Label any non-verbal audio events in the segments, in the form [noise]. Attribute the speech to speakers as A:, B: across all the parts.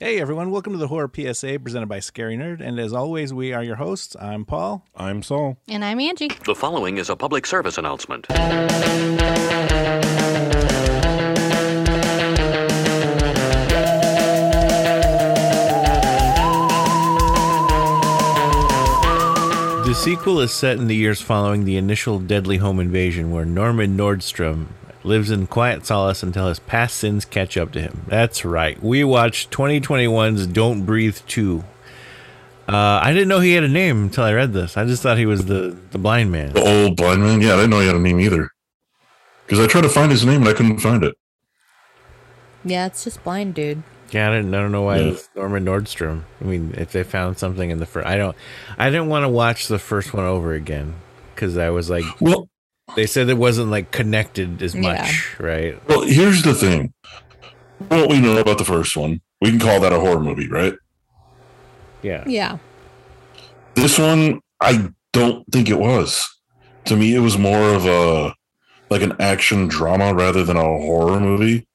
A: Hey everyone, welcome to the Horror PSA presented by Scary Nerd. And as always, we are your hosts. I'm Paul.
B: I'm Saul.
C: And I'm Angie.
D: The following is a public service announcement.
E: The sequel is set in the years following the initial deadly home invasion, where Norman Nordstrom lives in quiet solace until his past sins catch up to him. That's right. We watched 2021's Don't Breathe 2. Uh, I didn't know he had a name until I read this. I just thought he was the, the blind man.
B: The old blind man. Yeah, I didn't know he had a name either. Because I tried to find his name and I couldn't find it.
C: Yeah, it's just blind dude.
E: Yeah, I, didn't, I don't know why
B: Yeah.
E: it's Norman Nordstrom. I mean, if they found something in the first, I don't, I didn't want to watch the first one over again because I was like,
B: Well,
E: they said it wasn't like connected as
C: Yeah.
E: much, right?
B: well, here's the thing. What we know about the first one, we can call that a horror movie, right?
E: Yeah.
C: Yeah.
B: This one, I don't think it was. To me, it was more of a like an action drama rather than a horror movie.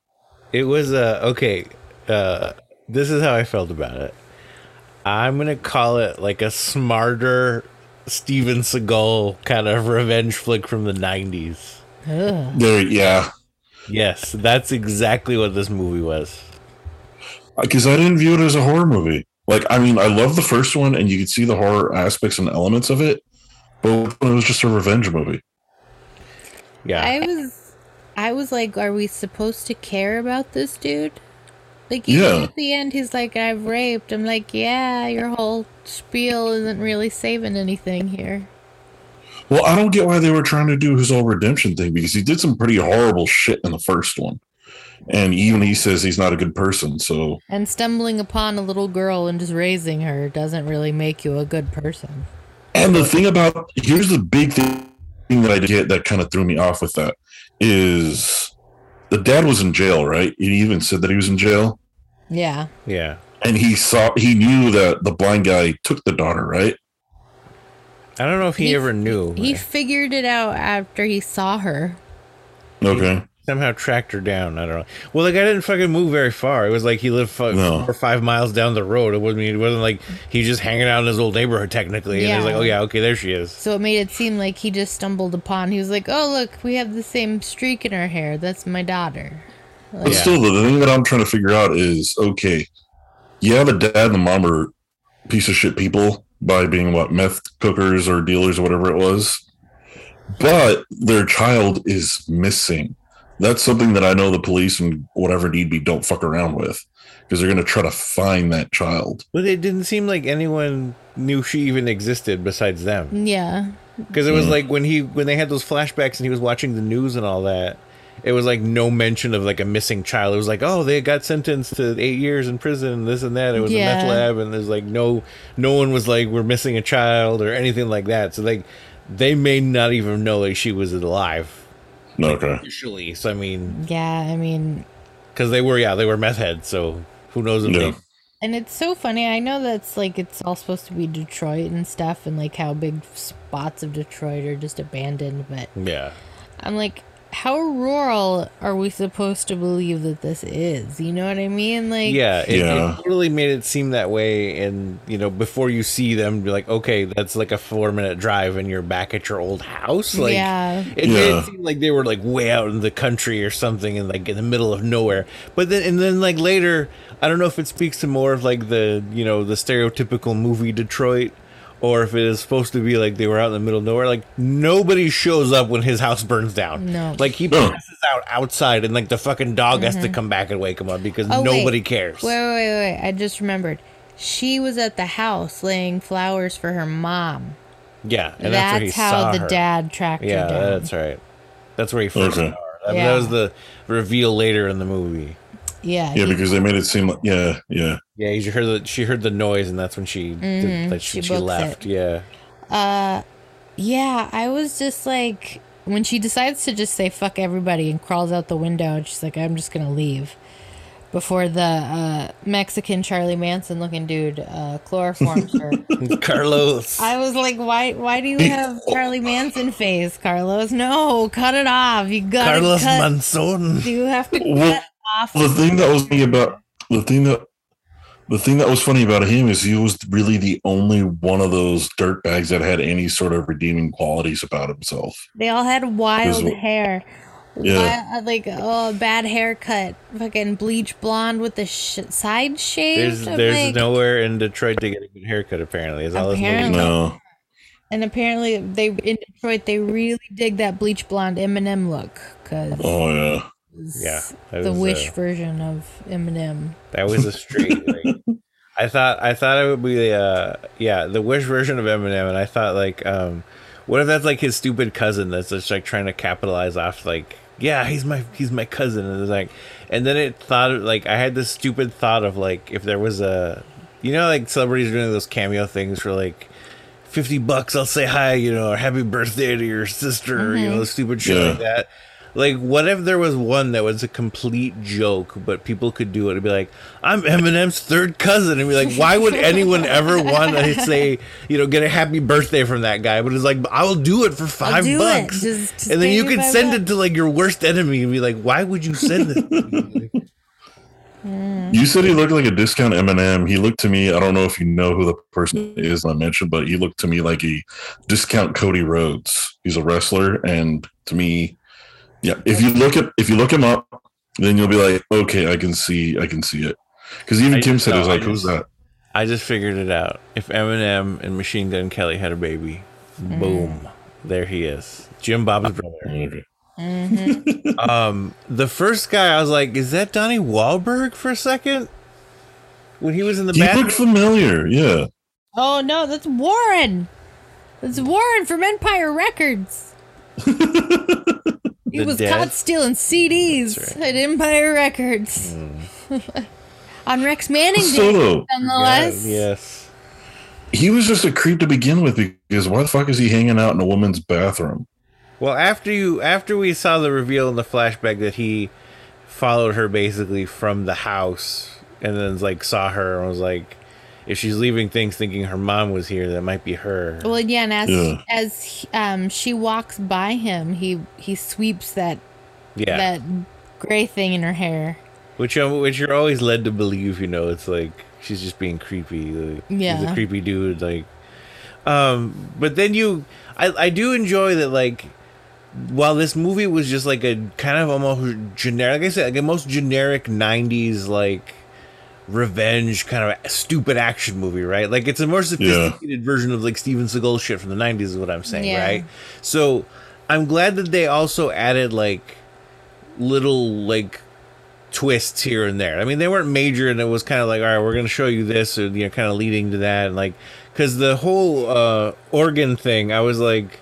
E: It was uh okay. Uh this is how I felt about it. I'm gonna call it like a smarter Steven Seagal kind of revenge flick from the nineties.
B: There, yeah,
E: Yes, that's exactly what this movie was.
B: because I didn't view it as a horror movie. Like, I mean, I love the first one, and you could see the horror aspects and elements of it, but it was just a revenge movie.
E: Yeah.
C: I was I was like, are we supposed to care about this dude? Like even
B: Yeah.
C: at the end he's like, I've raped. I'm like, yeah, your whole spiel isn't really saving anything here.
B: Well, I don't get why they were trying to do his whole redemption thing because he did some pretty horrible shit in the first one. And even he says he's not a good person. So,
C: And stumbling upon a little girl and just raising her doesn't really make you a good person.
B: and the thing about here's the big thing that I get that kind of threw me off with that is the dad was in jail, right? He even said that he was in jail.
C: Yeah.
E: yeah.
B: And he saw, he knew that the blind guy took the daughter, right?
E: I don't know if he,
C: He-
E: ever knew.
C: He
E: but
C: figured it out after he saw her.
B: Okay.
E: somehow tracked her down. I don't know. Well, the guy didn't fucking move very far. It was like he lived fu-
B: No.
E: four or five miles down the road. It wasn't. It wasn't like he was just hanging out in his old neighborhood technically. And
C: Yeah.
E: he's like, oh yeah, okay, there she is.
C: So it made it seem like he just stumbled upon. He was like, "Oh, look, we have the same streak in our hair. That's my daughter."
B: But
E: Yeah.
B: still, the thing that I'm trying to figure out is okay, yeah, the dad and the mom are piece of shit people by being what meth cookers or dealers or whatever it was, but their child is missing. That's something that I know the police and whatever need be don't fuck around with because they're going to try to find that child.
E: But it didn't seem like anyone knew she even existed besides them.
C: Yeah,
E: Because it was
B: Mm.
E: like when he when they had those flashbacks and he was watching the news and all that, it was like no mention of like a missing child. It was like, oh, they got sentenced to eight years in prison and this and that. It was a meth
C: Yeah.
E: lab and there's like no no one was like we're missing a child or anything like that. So like they may not even know like she was alive.
B: Okay.
E: Usually, so I mean,
C: yeah. I mean,
E: because they were yeah they were meth heads, so who knows if
B: Yeah.
E: they
C: and it's so funny. I know that's like it's all supposed to be Detroit and stuff, and like how big spots of Detroit are just abandoned. But
E: yeah.
C: I'm like, how rural are we supposed to believe that this is? You know what I mean? Like,
E: yeah, it,
B: Yeah.
E: it really made it seem that way. And you know, before you see them, you're like, okay, that's like a four minute drive, and you're back at your old house. Like,
C: yeah.
E: it made
B: Yeah.
E: it seem like they were like way out in the country or something, and like in the middle of nowhere. But then, and then like later, I don't know if it speaks to more of like the you know the stereotypical movie Detroit. Or if it is supposed to be like they were out in the middle of nowhere, like nobody shows up when his house burns down.
C: No. Mm-hmm.
E: like he
B: No.
E: passes out outside, and like the fucking dog has to come back and wake him up because
C: Oh, wait.
E: nobody cares.
C: Wait, wait, wait, wait. I just remembered. She was at the house laying flowers for her mom.
E: Yeah, and that's, where he
C: that's how
E: saw
C: the
E: her.
C: dad tracked
E: Yeah,
C: her down.
E: that's right. That's where he first
B: Okay.
E: saw her. I mean,
C: Yeah.
E: That was the reveal later in the movie.
C: Yeah.
B: Yeah,
C: he-
B: because they made it seem like, yeah, yeah.
E: Yeah, you heard the, she heard the noise, and that's when she did-
C: Mhm,
E: that she,
C: she
E: she
C: books
E: left. Yeah,
C: uh, yeah, I was just like, when she decides to just say fuck everybody and crawls out the window, and she's like, I'm just going to leave. Before the uh, Mexican Charlie Manson looking dude uh, chloroforms
E: [laughs]
C: her.
E: [laughs] Carlos.
C: I was like, why Why do you have
E: oh.
C: Charlie Manson face, Carlos? No, cut it off. You got to
E: Carlos
C: cut.
E: Manson.
C: you have to
E: [laughs]
B: Well,
C: cut off
B: the thing that was me about the thing that the thing that was funny about him is he was really the only one of those dirtbags that had any sort of redeeming qualities about himself.
C: They all had wild
B: There's-
C: hair.
B: Yeah.
C: Wild- like oh, bad haircut, fucking bleach blonde with the sh- side shaved.
E: There's
C: I'm
E: there's
C: like-
E: nowhere in Detroit to get a good haircut. Apparently, is all this
C: Apparently.
E: movie.
B: No.
C: And apparently, they in Detroit they really dig that bleach blonde Eminem look because
B: Oh yeah.
E: Yeah, that
C: the
E: was,
C: Wish
E: uh,
C: version of Eminem.
E: that was a straight. like, I thought I thought it would be the uh, yeah the Wish version of Eminem, and I thought like um, what if that's like his stupid cousin that's just like trying to capitalize off like yeah he's my he's my cousin and it's like and then it thought like I had this stupid thought of like if there was a you know like celebrities doing those cameo things for like. 50 bucks, I'll say hi, you know, or happy birthday to your sister, or,
C: Mm-hmm.
E: you know, stupid shit
B: Yeah.
E: like that. Like, what if there was one that was a complete joke, but people could do it and be like, I'm Eminem's third cousin? And be like, why would anyone
C: [laughs]
E: ever want to say, you know, get a happy birthday from that guy? But it's like, I will do it for 5
C: do it.
E: bucks.
C: Just- just
E: and
C: pay
E: then you
C: me
E: could
C: five
E: send
C: bucks.
E: it to like your worst enemy and be like, why would you send this? to me?"
B: You said he looked like a discount Eminem. He looked to me. I don't know if you know who the person is I mentioned, but he looked to me like a discount Cody Rhodes. He's a wrestler, and to me, yeah. If you look at if you look him up, then you'll be like, okay, I can see, I can see it. Because even
E: I
B: Kim
E: just-
B: said it was
E: no, I
B: like, who's
E: just-
B: that?
E: I just figured it out. If Eminem and Machine Gun Kelly had a baby,
C: Mm.
E: boom, there he is. Jim Bob's brother.
B: Okay.
E: Um, the first guy, I was like, is that Donnie Wahlberg for a second? When he was in the
B: He
E: bathroom.
B: looked familiar. Yeah.
C: Oh no, that's Warren. That's Warren from Empire Records. he
E: The
C: was
E: dead?
C: caught stealing CDs at Empire Records.
E: Hmm.
C: [laughs] On Rex Manning,
E: [laughs]
B: Still
C: Day,
B: though,
C: nonetheless.
E: yes.
B: he was just a creep to begin with because why the fuck is he hanging out in a woman's bathroom?
E: Well, after you, after we saw the reveal in the flashback that he followed her basically from the house and then like saw her and was like, if she's leaving things thinking her mom was here, that might be her.
C: Well, yeah, and as
B: Yeah.
C: as he- um, she walks by him, he he sweeps that
E: Yeah.
C: that gray thing in her hair.
E: Which um, which you're always led to believe, you know, it's like she's just being creepy. Like, he's
C: Yeah.
E: a creepy dude. Like, um, but then you, I I do enjoy that. Like, while this movie was just like a kind of almost generic, like I said, like a most generic '90s like revenge kind of stupid action movie, right? Like it's a more sophisticated version of like Steven Seagal shit from the '90s, is what I'm saying,
C: Yeah.
E: right? So I'm glad that they also added like little like twists here and there. I mean, they weren't major, and it was kind of like, all right, we're going to show you this, or you know, kind of leading to that, and like, because the whole uh, organ thing, I was like,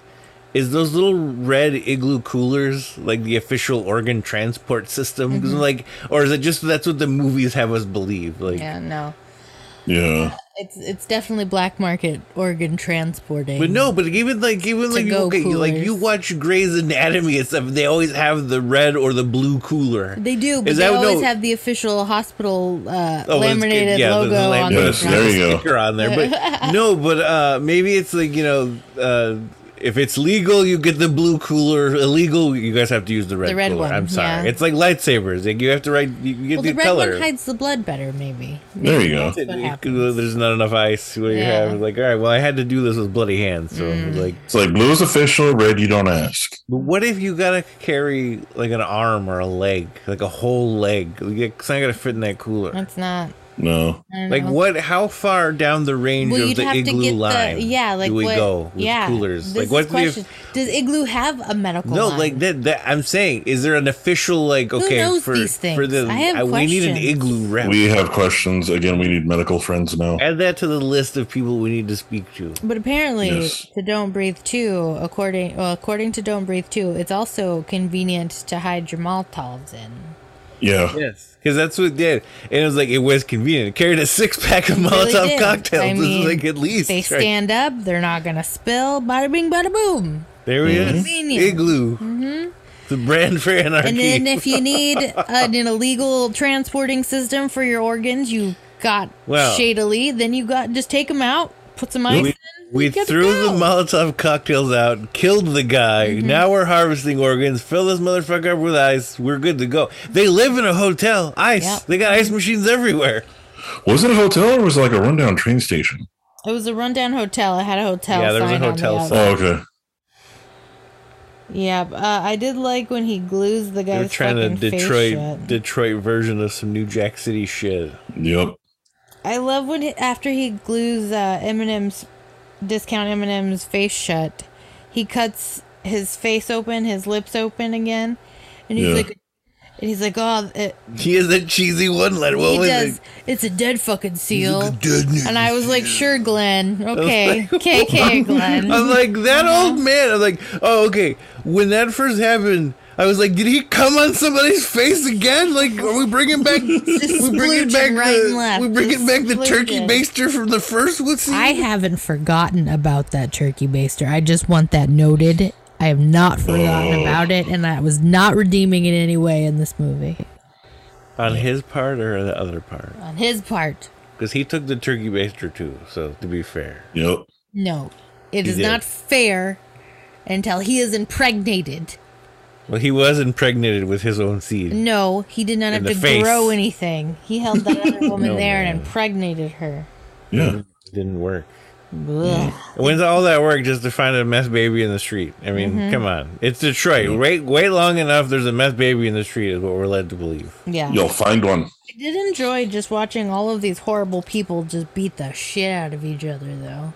E: is those little red igloo coolers like the official organ transport
C: Mm-hmm.
E: system? 'Cause, Like, or is it just that's what the movies have us believe? Like,
C: Yeah, no,
B: Yeah.
C: it's it's definitely black market organ transporting.
E: But no, but even like even like you,
C: To-go
E: okay, you- like
C: coolers.
E: you watch Grey's Anatomy and stuff, they always have the red or the blue cooler.
C: They do, but
E: Is
C: they
E: that-
C: always
E: no.
C: have the official hospital
E: Oh,
C: uh,
E: well, it's good.
C: laminated
E: Yeah, the- the
C: logo on
E: laminated
C: the
B: Yes,
C: front.
B: there you go.
E: sticker on there. But [laughs] no, but uh, maybe it's like you know, uh, if it's legal, you get the blue cooler. Illegal, you guys have to use the red.
C: The red
E: cooler.
C: one,
E: I'm sorry,
C: yeah.
E: it's like lightsabers. Like you have to write. You you get
C: Well,
E: the,
C: the red
E: color.
C: one hides the blood better, maybe.
B: There you go.
E: It-
C: what
E: it-
C: happens.
E: there's not enough ice. What do you
C: Yeah. Mm.
E: have? Like, all right, well, I had to do this with bloody hands. So, like,
B: It's like blue is official, red you don't ask.
E: but what if you gotta carry like an arm or a leg, like a whole leg? Like, It's not gonna fit in that cooler.
C: That's not.
B: No.
C: I don't
E: Like,
C: know.
E: what? How far down the range
C: Well,
E: of
C: you'd
E: the
C: have to
E: igloo
C: get
E: line?
C: the yeah. Like
E: do we
C: what?
E: go with
C: yeah.
E: coolers?
C: This
E: like, what
C: is
E: if-
C: question. Does igloo have a medical?
E: No,
C: line?
E: like that, that. I'm saying, is there an official like? Okay,
C: knows
E: for
C: these things?
E: for the uh,
C: I have
E: we need an
C: questions.
E: igloo rep.
B: We have questions. Again, we need medical friends now.
E: Add that to the list of people we need to speak to.
C: But apparently,
B: Yes.
C: to Don't Breathe 2, according well, according to Don't Breathe 2, it's also convenient to hide your Molotovs in.
B: Yeah.
E: Yes, because that's what it did, and it was like it was convenient. It carried a six pack of
C: really
E: Molotov
C: did.
E: cocktails.
C: I
E: This is,
C: mean,
E: like at least
C: They
E: right?
C: stand up, they're not going to spill. Bada bing, bada boom.
E: There we is.
C: Convenient.
E: Igloo, the brand for anarchy.
C: Mm-hmm. And then if
E: [laughs]
C: you need an illegal transporting system for your organs, you got
E: Well-
C: shadily, then you got just take them out, put some ice
E: we,
C: in.
E: we
C: get to
E: threw the
C: go. Mm-hmm.
E: Molotov cocktails out, killed the guy. Now we're harvesting organs. Fill this motherfucker up with ice. We're good to go. They live in a hotel. Ice.
C: Yep.
E: They got ice machines everywhere.
B: Was it a hotel or was it like a rundown train station?
C: It was a rundown hotel. It had a hotel.
E: Yeah, there was a
C: sign on the
E: hotel
C: outside.
E: sign.
B: Oh, okay.
C: Yeah, b- uh, I did like when he glues the
E: They
C: guy's
E: were trying to
C: fucking face
E: Detroit
C: shut.
E: Detroit version of some New Jack City shit.
B: Yep.
C: I love when he, after he glues uh, Eminem's discount Eminem's face shut, he cuts his face open, his lips open again, and he's
B: Yeah.
C: like, and he's like, oh, it,
E: He is that cheesy one letter. What
C: he
E: was
C: does.
E: it?
C: It's a dead fucking seal.
E: Dead news.
C: And I was like, sure, Glenn. [laughs] Okay, KK, Glenn. [laughs]
E: I'm like that old man. I'm like, oh okay. When that first happened, I was like, did he come on somebody's face again? Like, are we bringing back? we bringing
C: splooching
E: back
C: right
E: the
C: and left.
E: we bringing
C: Just
E: back the turkey
C: splooching.
E: baster from the first. What's he?
C: I haven't forgotten about that turkey baster. I just want that noted. I have not forgotten about it, and I was not redeeming it in any way in this movie.
E: on his part or the other part?
C: On his part,
E: Because he took the turkey baster too. So to be fair,
B: Yep.
C: no. It
E: He
C: is
E: did.
C: not fair until he is impregnated.
E: well, he was impregnated with his own seed.
C: No, he did not
E: In
C: have
E: the
C: to
E: face.
C: grow anything. He held that
E: [laughs]
C: other woman
E: No,
C: there
E: man.
C: and impregnated her.
B: Yeah.
E: It didn't work. Mm.
C: Ugh.
E: When's all that work just to find a meth baby in the street? I mean,
C: Mm-hmm.
E: come on. It's Detroit. Wait wait long enough, there's a meth baby in the street, is what we're led to believe.
C: Yeah.
B: You'll find one.
C: I did enjoy just watching all of these horrible people just beat the shit out of each other, though.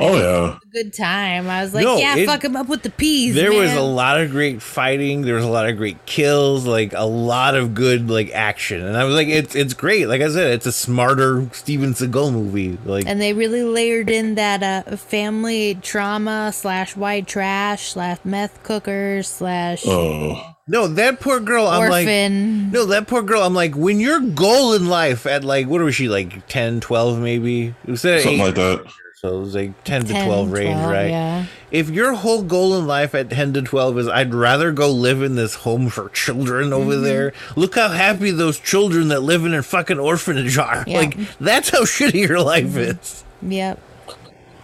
B: Oh, yeah.
C: good time. I was like,
E: No,
C: yeah,
E: it-
C: fuck him up with the [laughs] peas.
E: There was a
C: man.
E: lot of great fighting. There was a lot of great kills, like a lot of good like action. And I was like, it's it's great. Like I said, it's a smarter Steven Seagal movie. Like
C: And they really layered in that uh, family trauma slash white trash slash meth cooker slash
B: Oh.
E: no, that poor girl. I'm like,
C: orphan.
E: No, that poor girl. I'm like, when your goal in life at like, what was she like, 10, 12 maybe? It was at
B: Something
E: eight,
B: like that.
E: so it was like 10, to
C: 10,
E: 12 range,
C: 12,
E: right?
C: yeah.
E: If your whole goal in life at 10 to 12 is, I'd rather go live in this home for children over
C: Mm-hmm.
E: there, look how happy those children that live in a fucking orphanage are.
C: Yeah. Mm-hmm.
E: Like, that's how shitty your life is.
C: Yep.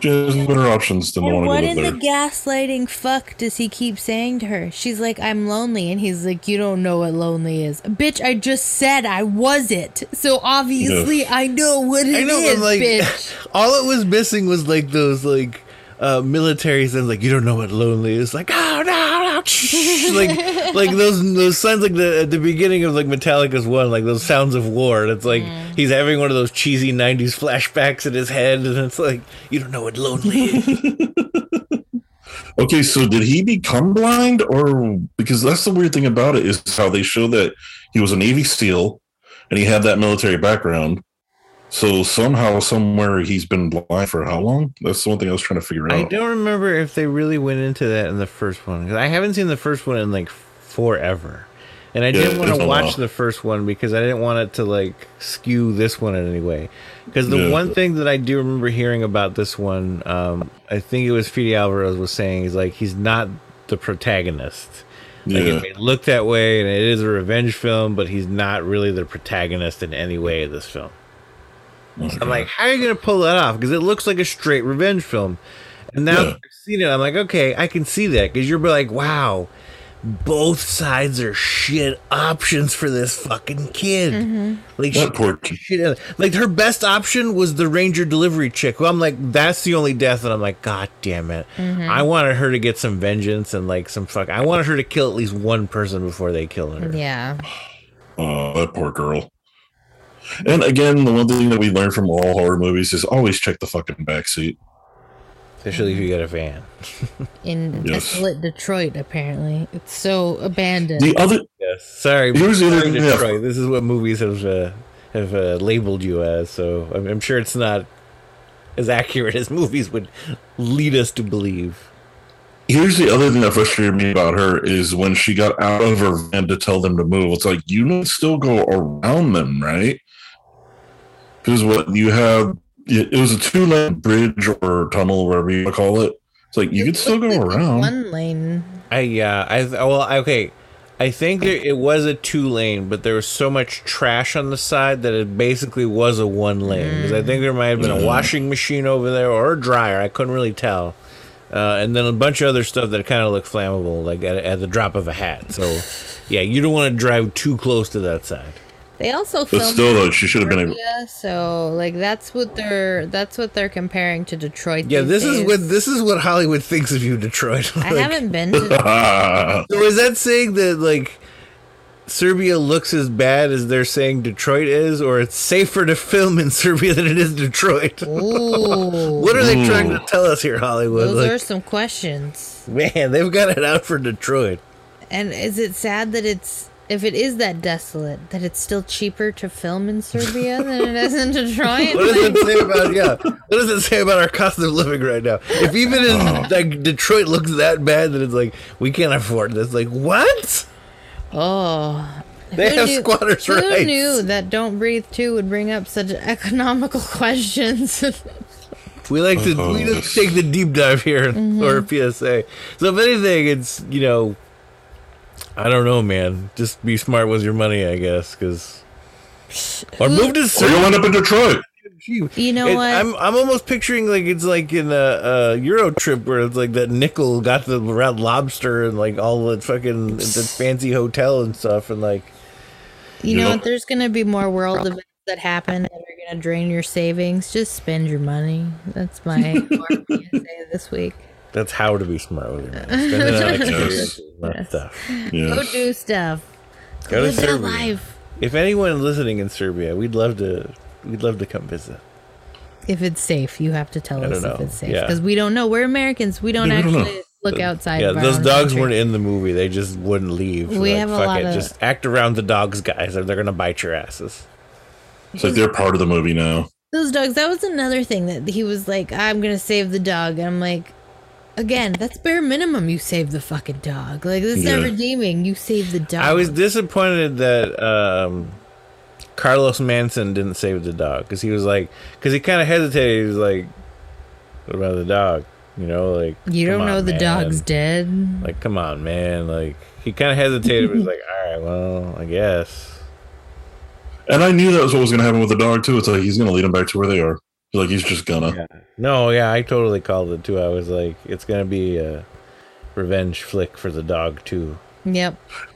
B: Just better options than the one
C: And
B: to
C: what
B: go
C: in
B: live there.
C: the gaslighting fuck does he keep saying to her? She's like, I'm lonely. And he's like, You don't know what lonely is. Bitch, I just said I was it. So obviously I know what it
E: I
C: is,
E: know, I'm like,
C: bitch.
E: [laughs] all it was missing was like those like uh, military signs, like you don't know what lonely is, like oh no, [laughs] no, like like those those signs, like the at the beginning of like Metallica's one, like those sounds of war. And it's like he's having one of those cheesy '90s flashbacks in his head, and it's like you don't know what lonely is.
B: Okay, so did he become blind, or because that's the weird thing about it is how they show that he was a Navy SEAL and he had that military background. So somehow, somewhere, he's been blind for how long? That's the one thing I was trying to figure out.
E: I don't remember if they really went into that in the first one because I haven't seen the first one in like forever. And I
B: Yeah,
E: didn't want
B: it's
E: to
B: been a
E: watch
B: while.
E: the first one because I didn't want it to like skew this one in any way. Because the
B: Yeah.
E: one thing that I do remember hearing about this one, um, I think it was Fede Alvarez was saying, is like he's not the protagonist. Like
B: Yeah.
E: it may look that way, and it is a revenge film, but he's not really the protagonist in any way of this film.
B: Oh
E: I'm like, how are you gonna pull that off? Because it looks like a straight revenge film. And now
B: Yeah.
E: that I've seen it, I'm like, okay, I can see that because you're like, wow, both sides are shit options for this fucking kid. Like, she-
B: that poor kid.
E: shit, like her best option was the ranger delivery chick. Well, I'm like, that's the only death, and I'm like, god damn it, I wanted her to get some vengeance and like some fuck. I wanted her to kill at least one person before they killed her.
C: Yeah.
B: Oh, that poor girl. And again, the one thing that we learn from all horror movies is always check the fucking backseat.
E: Especially if you got a van.
C: In
B: Yes.
C: desolate Detroit, apparently. It's so abandoned.
B: The other,
E: Yes. Sorry,
B: Here's the other
E: sorry
B: thing,
E: Detroit. This is what movies have uh, have uh, labeled you as. So I'm, I'm sure it's not as accurate [laughs] as movies would lead us to believe.
B: here's the other thing that frustrated me about her is when she got out of her van to tell them to move. It's like you can still go around them, right? Because what you have, it it was a two lane bridge or tunnel, whatever you wanna call it. It's like you could still go around.
C: One lane.
E: I yeah. I th- well okay. I think there, it was a two lane, but there was so much trash on the side that it basically was a one lane. Because I think there might have been a washing machine over there or a dryer. I couldn't really tell. Uh, and then a bunch of other stuff that kind of looked flammable, like at, at the drop of a hat. So, yeah, you don't want to drive too close to that side.
C: They also
B: But
C: filmed
B: still,
C: in
B: though, she should have been able.
C: Serbia, so like that's what they're that's what they're comparing to Detroit.
E: Yeah,
C: these
E: this is
C: days.
E: what this is what Hollywood thinks of you, Detroit. [laughs]
C: I
E: Like,
C: haven't been to
E: [laughs]
B: Ah,
E: So is that saying that like Serbia looks as bad as they're saying Detroit is, or it's safer to film in Serbia than it is Detroit?
C: Ooh.
E: What are they trying to tell us here, Hollywood?
C: Those
E: Like,
C: are some questions.
E: man, they've got it out for Detroit.
C: And is it sad that it's if it is that desolate that it's still cheaper to film in Serbia than it is in Detroit?
E: What does it say about yeah? What does it say about our cost of living right now? If even in like Detroit looks that bad that it's like we can't afford this, like what? [laughs]
C: oh.
E: They
C: Who
E: have
C: knew-
E: squatters'
C: who
E: rights.
C: knew that Don't Breathe 2 would bring up such economical [laughs] questions?
E: We like to we just take the deep dive here
C: Mm-hmm.
E: or PSA. So if anything, it's you know, I don't know, man. Just be smart with your money, I guess, because or move to
B: or
E: Serbia.
B: you'll end up in Detroit.
C: you know
E: It-
C: what?
E: I'm I'm almost picturing like it's like in a, a Euro trip where it's like that nickel got the red lobster and like all the fucking the fancy hotel and stuff and like
C: You know
B: Yeah.
C: what? There's going to be more world events that happen that are going to drain your savings. Just spend your money.
E: [laughs]
C: That's my moral PSA this week.
E: that's how to be smart with your money. Spend
C: [laughs]
E: it on experiences, not stuff.
B: Yeah.
C: Go do stuff.
E: Go to
C: Live your
E: Serbia.
C: life.
E: If anyone listening in Serbia, we'd love to we'd love to come visit.
C: If it's safe, you have to tell
E: I
C: us
E: don't
C: if
E: know.
C: it's safe
E: Yeah.
C: because we don't know. We're Americans.
E: [laughs]
C: We don't
B: Yeah, we don't
C: actually
B: know.
C: look outside.
E: Yeah,
C: of our
E: those
C: own
E: dogs
C: country.
E: weren't e- in the movie. They just wouldn't leave.
C: We have a lot of-
E: Just act around the dogs, guys, or they're gonna bite your asses.
B: It's like they're part of the movie now.
C: Those dogs. That was another thing that he was like, "I'm gonna save the dog," and I'm like. Again, that's bare minimum. You save the fucking dog. Like this is not
B: Yeah.
C: redeeming. You save the dog.
E: I was disappointed that um, Carlos Manson didn't save the dog because he was like, because he kind of hesitated. He was like, "What about the dog?" You know, like
C: You
E: "Come
C: don't
E: on,
C: know the
E: man."
C: dog's dead.
E: Like, come on, man. Like he kind of hesitated. but he was like, "All right, well, I guess."
B: And I knew that was what was going to happen with the dog too. It's like he's going to lead them back to where they are. Like he's just gonna.
E: No, yeah, I totally called it too. I was like, it's gonna be a revenge flick for the dog too.
C: Yep.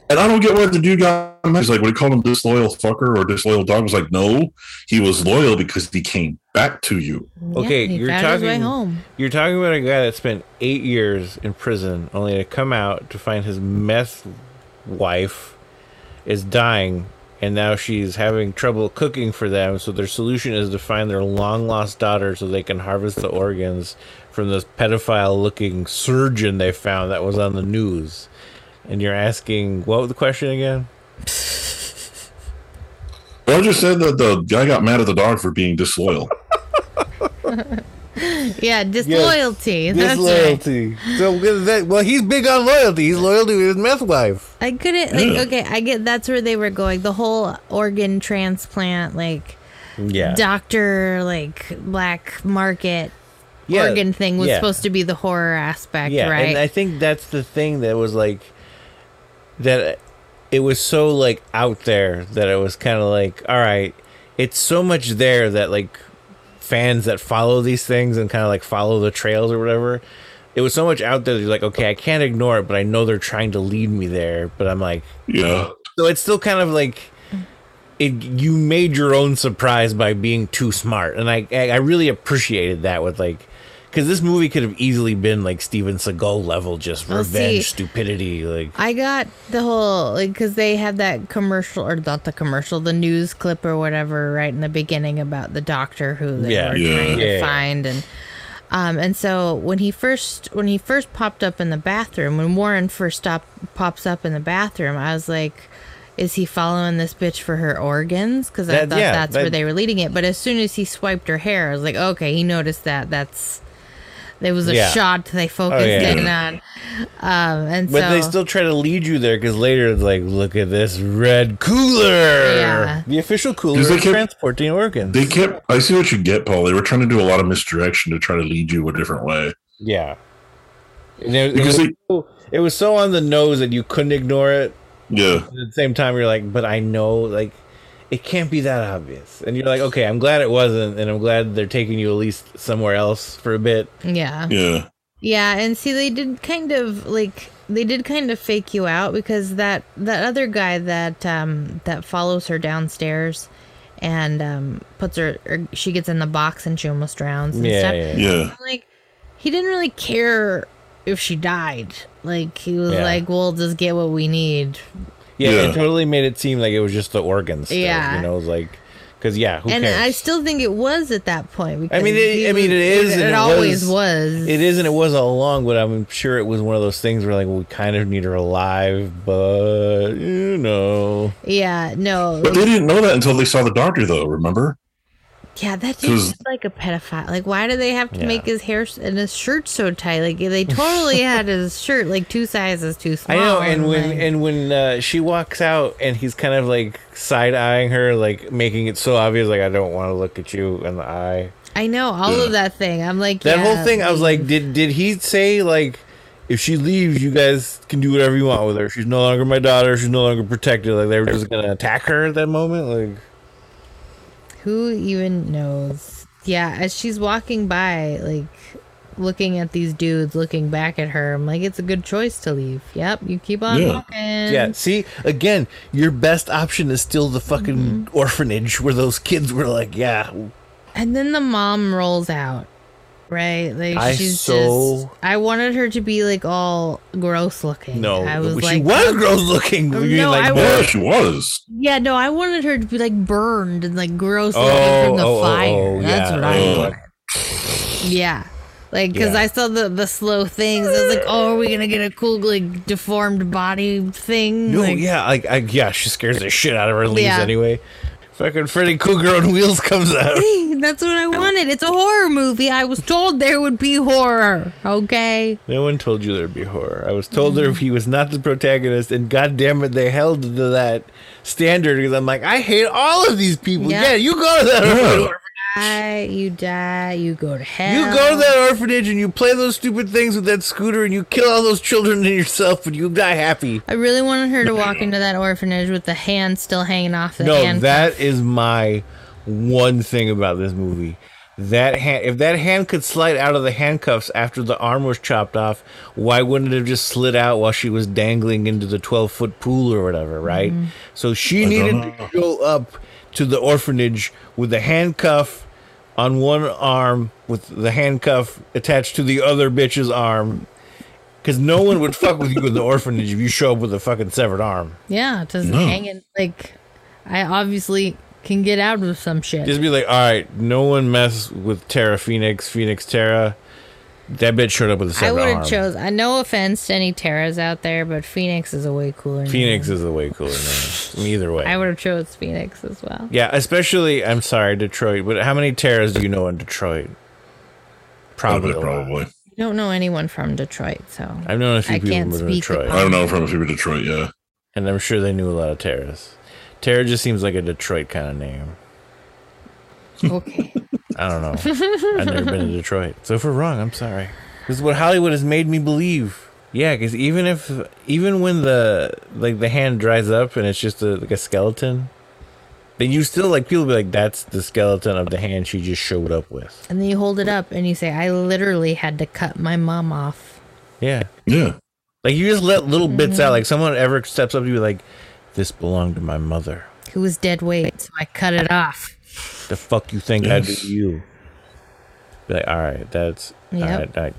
B: And I don't get why the dude got mad. He's like, we call him disloyal fucker or disloyal dog. I was like, no, he was loyal because he came back to you.
E: Okay,
C: he
E: you're
C: found his way
E: talking-
C: home.
E: You're talking about a guy that spent eight years in prison only to come out to find his meth wife is dying and now she's having trouble cooking for them. So their solution is to find their long lost daughter so they can harvest the organs from this pedophile looking surgeon they found that was on the news. And you're asking, what was the question again?
B: Well, I just said that the guy got mad at the dog for being disloyal.
C: Yeah, disloyalty. [laughs] That's right.
E: Disloyalty. So with that, well, he's big on loyalty. He's loyal to his meth wife.
C: I couldn't like
E: [clears throat]
B: Yeah.
C: okay, I get that's where they were going. The whole organ transplant, like
E: Yeah.
C: doctor, like black market
E: Yeah,
C: organ thing was
E: yeah.
C: supposed to be the horror aspect,
E: Yeah,
C: right?
E: and I think that's the thing that was like that it was so like out there that it was kind of like all right, it's so much there that like fans that follow these things and kind of like follow the trails or whatever. It was so much out there that you're like, okay, I can't ignore it, but I know they're trying to lead me there. But I'm like,
B: Yeah.
E: so it's still kind of like it, you made your own surprise by being too smart, and I I I really appreciated that with like because this movie could have easily been like Steven Seagal level, just
C: Well,
E: revenge,
C: see-
E: stupidity, like
C: I got the whole like because they had that commercial or not the commercial, the news clip or whatever, right in the beginning about the doctor who they
E: Yeah.
C: were
B: Yeah.
C: trying to
E: Yeah.
C: find and. Um, and so when he first when he first popped up in the bathroom, when Warren first stop, pops up in the bathroom, I was like, "Is he following this bitch for her organs?" Because I
E: That-
C: thought
E: yeah,
C: that's where
E: that-
C: they were leading it. But as soon as he swiped her hair, I was like, "Okay, he noticed that. That's there was a
E: Yeah. Oh,
C: shot they focused
E: yeah.
C: in on." Um, and
E: But
C: so
E: they still try to lead you there because later it's like, look at this red cooler.
C: Yeah.
E: The official cooler
B: Does
E: is
B: they keep-
E: transporting organs.
B: They kept, I see what you get, Paul. They were trying to do a lot of misdirection to try to lead you a different way.
E: yeah. And it, it, was,
B: Because they-
E: so- it was so on the nose that you couldn't ignore it.
B: Yeah.
E: But at the same time, you're like, but I know, like, it can't be that obvious. And you're like, okay, I'm glad it wasn't. And I'm glad they're taking you at least somewhere else for a bit.
C: yeah.
B: Yeah.
C: Yeah, and see, they did kind of like they did kind of fake you out because that that other guy that um that follows her downstairs and um puts her or she gets in the box and she almost drowns and
E: Yeah,
C: stuff.
E: yeah,
B: Yeah.
C: Like he didn't really care if she died. Like he was
E: Yeah.
C: like, "We'll just get what we need."
E: Yeah,
B: Yeah.
E: it totally made it seem like it was just the organs. Still,
C: Yeah.
E: you know, it was like because yeah, who
C: and
E: cares?
C: I still think it was at that point. Because
E: I mean, it-
C: he
E: I mean, it
C: was-
E: is
C: It,
E: and it
C: always was.
E: was. it is and it was all along, but I'm sure it was one of those things where like we kind of need her alive, but you know,
C: Yeah. No.
B: But
C: like-
B: they didn't know that until they saw the doctor, though. Remember?
C: yeah, that dude
B: 'cause-
C: is like a pedophile. Like, why do they have to
E: Yeah.
C: make his hair s- and his shirt so tight? Like,
E: [laughs]
C: they totally had his shirt like two sizes too
E: I
C: small.
E: know. And when
C: like-
E: and when uh, she walks out and he's kind of like side eyeing her, like making it so obvious, like I don't want to look at you in the eye.
C: I know all of that thing. I'm like
E: That
C: yeah,
E: whole thing, I was like, did did he say like, if she leaves, you guys can do whatever you want with her. She's no longer my daughter. She's no longer protected. Like they were just gonna attack her at that moment. Like
C: Who even knows? Yeah, as she's walking by, like looking at these dudes looking back at her, I'm like, it's a good choice to leave. Yep, you keep on
B: Yeah.
C: walking.
E: yeah, see again, your best option is still the fucking
C: Mm-hmm.
E: orphanage where those kids were like, yeah,
C: And then the mom rolls out, right? Like
E: I
C: she's
E: so-
C: just. I wanted her to be like all gross looking.
E: no,
C: I was
E: she
C: like,
E: was gross looking.
C: No,
E: You mean,
C: I
E: like,
C: was-
B: Yeah, she was.
C: yeah, no, I wanted her to be like burned and like gross looking from the
E: oh, oh,
C: fire.
E: oh,
C: That's
E: yeah.
C: what I
B: Oh.
C: wanted. Yeah. Like, because
E: Yeah.
C: I saw the, the slow things. I was like, oh, are we going to get a cool, like, deformed body thing?
E: No,
C: like,
E: yeah, like I, yeah, she scares the shit out of her and leaves
C: Yeah.
E: anyway. Fucking Freddy Cougar on wheels comes out.
C: [laughs] That's what I wanted. It's a horror movie. I was told there would be horror. Okay.
E: No one told you there'd be horror. I was told there he was not the protagonist, and goddamn it, they held to that standard because I'm like, I hate all of these people.
C: Yeah.
E: Yeah, you go to that orphanage.
C: die, you die, you go to hell.
E: You go to that orphanage and you play those stupid things with that scooter and you kill all those children and yourself, but you die happy.
C: I really wanted her to walk into that orphanage with the hand still hanging off the
E: No,
C: hand.
E: that is my one thing about this movie. That hand, if that hand could slide out of the handcuffs after the arm was chopped off, why wouldn't it have just slid out while she was dangling into the twelve foot pool or whatever, right? So she needed to go up to the orphanage with the handcuff on one arm, with the handcuff attached to the other bitch's arm, because no one would fuck with you in the orphanage if you show up with a fucking severed arm.
C: yeah, it doesn't hang in. Like, I obviously can get out of some shit.
E: Just be like, all right, no one mess with Terra Phoenix, Phoenix Terra. That bitch showed up with a
C: I
E: separate
C: would
E: arm.
C: have chose. I no offense to any Terras out there, but Phoenix is a way cooler. name.
E: Phoenix is a way cooler name. Either way.
C: I would have chose Phoenix as well.
E: yeah, especially, I'm sorry, Detroit, but how many Terras do you know in Detroit? Probably.
B: Probably,
E: a lot.
B: probably.
C: I don't know anyone from Detroit, so
E: I've known a few
C: I
E: people
C: can't
E: from
C: speak
E: Detroit,
B: I don't know from if you were Detroit. Yeah.
E: and I'm sure they knew a lot of Terras. Terra just seems like a Detroit kind of name.
C: [laughs] okay.
E: I don't know. I've never been to Detroit. So if we're wrong, I'm sorry. This is what Hollywood has made me believe. Yeah, because even if, even when the like the hand dries up and it's just a, like a skeleton, then you still like people be like, that's the skeleton of the hand she just showed up with.
C: and then you hold it up and you say, "I literally had to cut my mom off."
E: Yeah,
B: Yeah.
E: like you just let little bits out. Like someone ever steps up to you like, this belonged to my mother.
C: Who was dead weight, so I cut it off.
E: The fuck you think I do
B: Yes.
E: to you? Be like, all right, that's all
C: Yep. Mm-hmm.
E: right,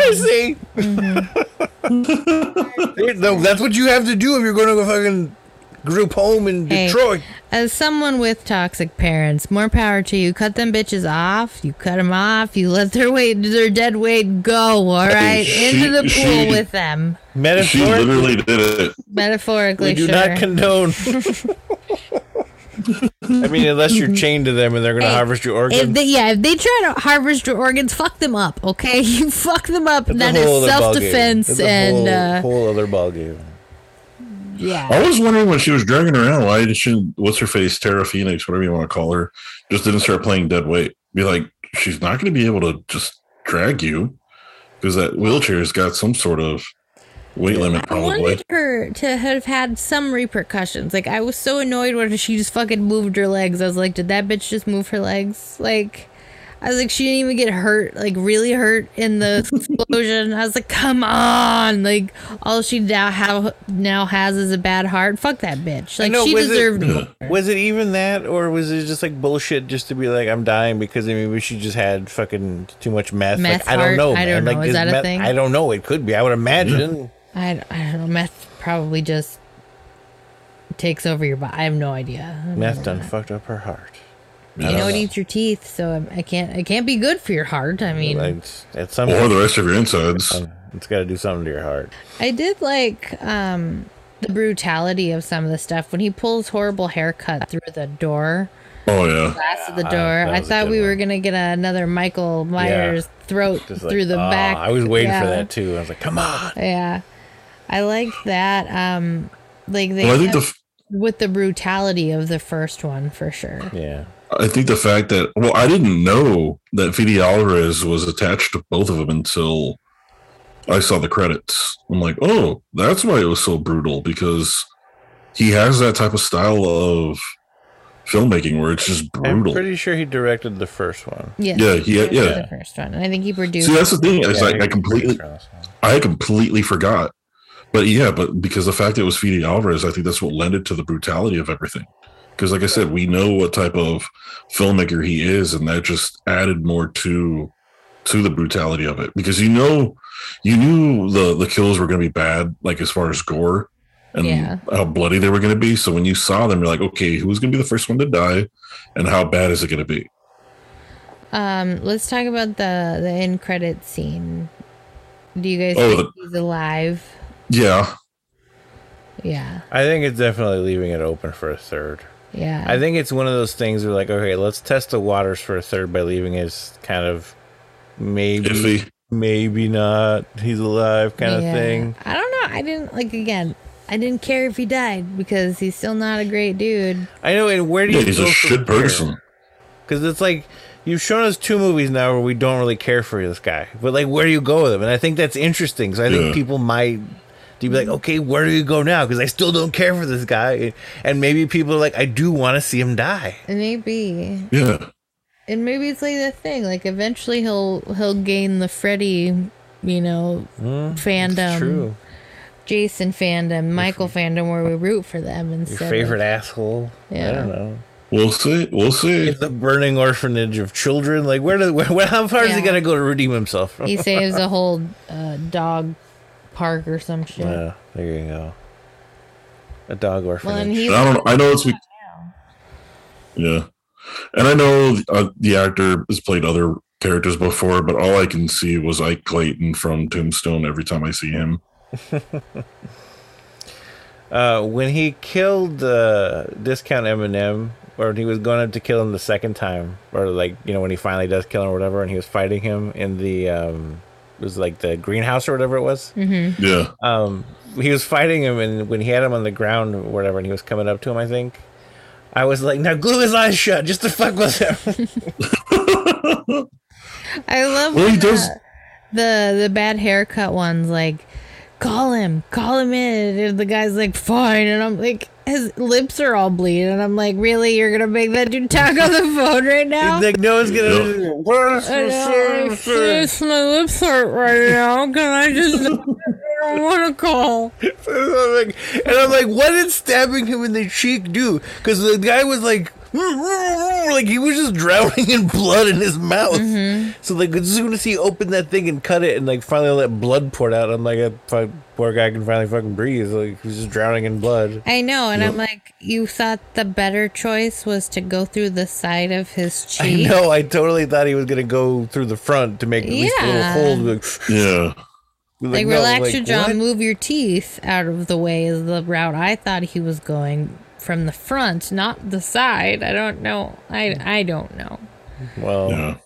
E: all right. Mercy. [laughs] no, that's what you have to do if you're going to go fucking group home in
C: Hey.
E: Detroit.
C: As someone with toxic parents, more power to you. Cut them bitches off. You cut them off. You let their weight, their dead weight go. All right, into the pool
B: she-
C: with them.
B: She
E: Metaphorically,
B: literally did it.
C: Metaphorically,
E: we do
C: sure.
E: not
C: [laughs]
E: condone. I mean, unless you're chained to them and they're going to
C: Hey,
E: harvest your organs.
C: If they, yeah, if they try to harvest your organs, fuck them up, okay? [laughs] You fuck them up.
E: That's a
C: That
E: whole
C: is
E: other ballgame.
C: self defense
E: That's a
C: and
E: whole,
C: uh,
E: whole other ballgame.
C: yeah.
B: I was wondering when she was dragging around why did she, what's her face, Tara Phoenix, whatever you want to call her, just didn't start playing dead weight. Be like, she's not going to be able to just drag you because that wheelchair's got some sort of weight limit,
C: I
B: probably.
C: wanted her to have had some repercussions. Like I was so annoyed when she just fucking moved her legs. I was like, did that bitch just move her legs? Like I was like, she didn't even get hurt, like really hurt in the explosion. I was like, come on, like all she now have now has is a bad heart. Fuck that bitch. Like
E: know,
C: she
E: was it-
C: deserved more.
E: Was it even that, or was it just like bullshit just to be like, I'm dying because I mean, maybe she just had fucking too much meth?
C: Meth
E: like, I don't
C: heart?
E: know.
C: I
E: man.
C: don't
E: Like,
C: know. Is that a
E: meth-
C: thing?
E: I don't know. It could be. I would imagine.
B: Mm-hmm.
C: I, I don't know. Meth probably just takes over your body. I have no idea.
E: Meth done fucked up her heart.
C: You know, it eats your teeth, so I'm- I can't. It can't be good for your heart. I mean,
E: Like, at some
B: or
E: point, uh,
B: the rest of your insides.
E: it's got to do something to your heart.
C: I did like um the brutality of some of the stuff when he pulls horrible haircut through the door.
B: Oh yeah,
C: glass of the door.
E: Ah, that
C: I
E: was a
C: thought
E: good
C: we were
E: one.
C: gonna get another Michael Myers throat
E: Just
C: through
E: like,
C: the
E: "Ah,"
C: back.
E: I was waiting for
C: Yeah.
E: that too. I was like, come on.
C: Yeah, I like that. Um, like they
B: well, I think
C: kept
B: the f-
C: with the brutality of the first one for sure.
E: Yeah.
B: I think the fact that well, I didn't know that Vidi Alvarez was attached to both of them until I saw the credits. I'm like, oh, that's why it was so brutal because he has that type of style of filmmaking where it's just
E: I'm
B: brutal.
E: pretty sure he directed the first one.
C: Yes,
B: Yeah, he-
C: that was
B: yeah.
C: the first one. And I think he produced.
B: See, that's the thing. Is
E: Yeah,
B: like
E: he
B: I completely,
E: directed the first one.
B: I completely forgot. But yeah, but because the fact that it was Fede Alvarez, I think that's what lended to the brutality of everything. Because, like I said, we know what type of filmmaker he is, and that just added more to to the brutality of it. Because you know, you knew the the kills were going to be bad, like as far as gore and
C: Yeah.
B: how bloody they were going to be. So when you saw them, you're like, okay, who's going to be the first one to die, and how bad is it going to be?
C: Um, let's talk about the the end credit scene. Do you guys
B: Oh,
C: think he's alive?
B: Yeah,
C: Yeah,
E: I think it's definitely leaving it open for a third.
C: yeah.
E: I think it's one of those things where like, okay, let's test the waters for a third by leaving his kind of maybe
B: iffy.
E: maybe not he's alive kind
C: Yeah.
E: of thing.
C: I don't know. I didn't like again. I didn't care if he died because he's still not a great dude.
E: I know, and where do you
B: Yeah, he's a shit person.
E: Because it's like you've shown us two movies now where we don't really care for this guy, but like where do you go with him? And I think that's interesting. So I
B: Yeah.
E: think people might. Do you be like, okay, where do you go now? Because I still don't care for this guy, and maybe people are like, I do want to see him die.
C: And maybe,
B: Yeah,
C: and maybe it's like that thing. Like eventually he'll he'll gain the Freddy, you know, fandom,
E: True,
C: Jason fandom, Michael fandom, where we root for them
E: your
C: instead. of-
E: favorite asshole. I
C: Yeah.
E: don't know.
B: we'll see. We'll see.
E: It's the burning orphanage of children. Like, where do where, where- how far is he
C: Yeah.
E: gonna go to redeem himself?
C: he saves a whole uh, dog park or some shit.
E: Yeah, there you go. A dog orphanage.
C: well, and he's
B: I don't. I know it's. Yeah, and I know uh, the actor has played other characters before, but all I can see was Ike Clayton from Tombstone every time I see him.
E: Uh, when he killed uh, Discount Eminem, or when he was going up to kill him the second time, or like you know when he finally does kill him or whatever, and he was fighting him in the um, it was like the greenhouse or whatever it was.
C: Mm-hmm.
B: Yeah,
E: Um, he was fighting him, and when he had him on the ground or whatever, and he was coming up to him, I think. I was like, now glue his eyes shut, just to fuck with him. [laughs]
C: I love
B: Well, he
C: when uh,
B: does-
C: the, the the bad haircut ones. Like, call him, call him in. And the guy's like, fine, and I'm like, his lips are all bleeding, and I'm like, really, you're gonna make that dude talk on the [laughs] phone right now?
E: like no one's
B: Yeah.
E: gonna. Where's
C: I know,
E: the
C: I'm
E: service?
C: serious, my lips hurt right now. Can I just? [laughs] I don't want to call.
E: [laughs] and I'm like, what did stabbing him in the cheek do? Because the guy was like, [laughs] like he was just drowning in blood in his mouth.
C: Mm-hmm.
E: So like, as soon as he opened that thing and cut it, and like finally let blood pour out, I'm like, that fuck, poor guy can finally fucking breathe. Like he was just drowning in blood. [laughs]
C: I know, and I'm like, you thought the better choice was to go through the side of his
E: I
C: cheek.
E: know. I totally thought he was gonna go through the front to make at least a little
C: Yeah.
E: hole. to, Like, [laughs]
B: yeah.
C: Like,
E: no,
C: relax your jaw,
E: what?
C: move your teeth out of the way is the route I thought he was going from the front, not the side. I don't know. I I don't know.
E: Well,
B: yeah.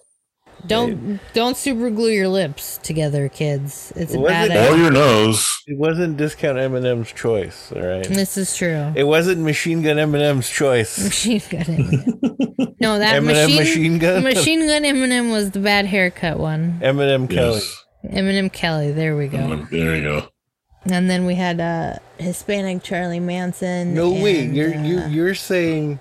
C: Don't don't super glue your lips together, kids. It's a
E: Was
C: bad
E: it-
B: All
C: idea.
B: your nose.
E: it wasn't discount Eminem's choice. All right.
C: This is true.
E: It wasn't Machine Gun Eminem's choice.
C: [laughs] Machine gun Eminem. No, that
E: Eminem
C: machine,
E: Machine Gun?
C: Machine gun Eminem was the bad haircut one.
E: Eminem Kelly.
B: Yes.
C: Eminem Kelly, there we go.
B: Um, There you
C: [laughs]
B: go.
C: And then we had uh Hispanic Charlie Manson.
E: No, wait.
C: and,
E: You're
C: uh,
E: you you're saying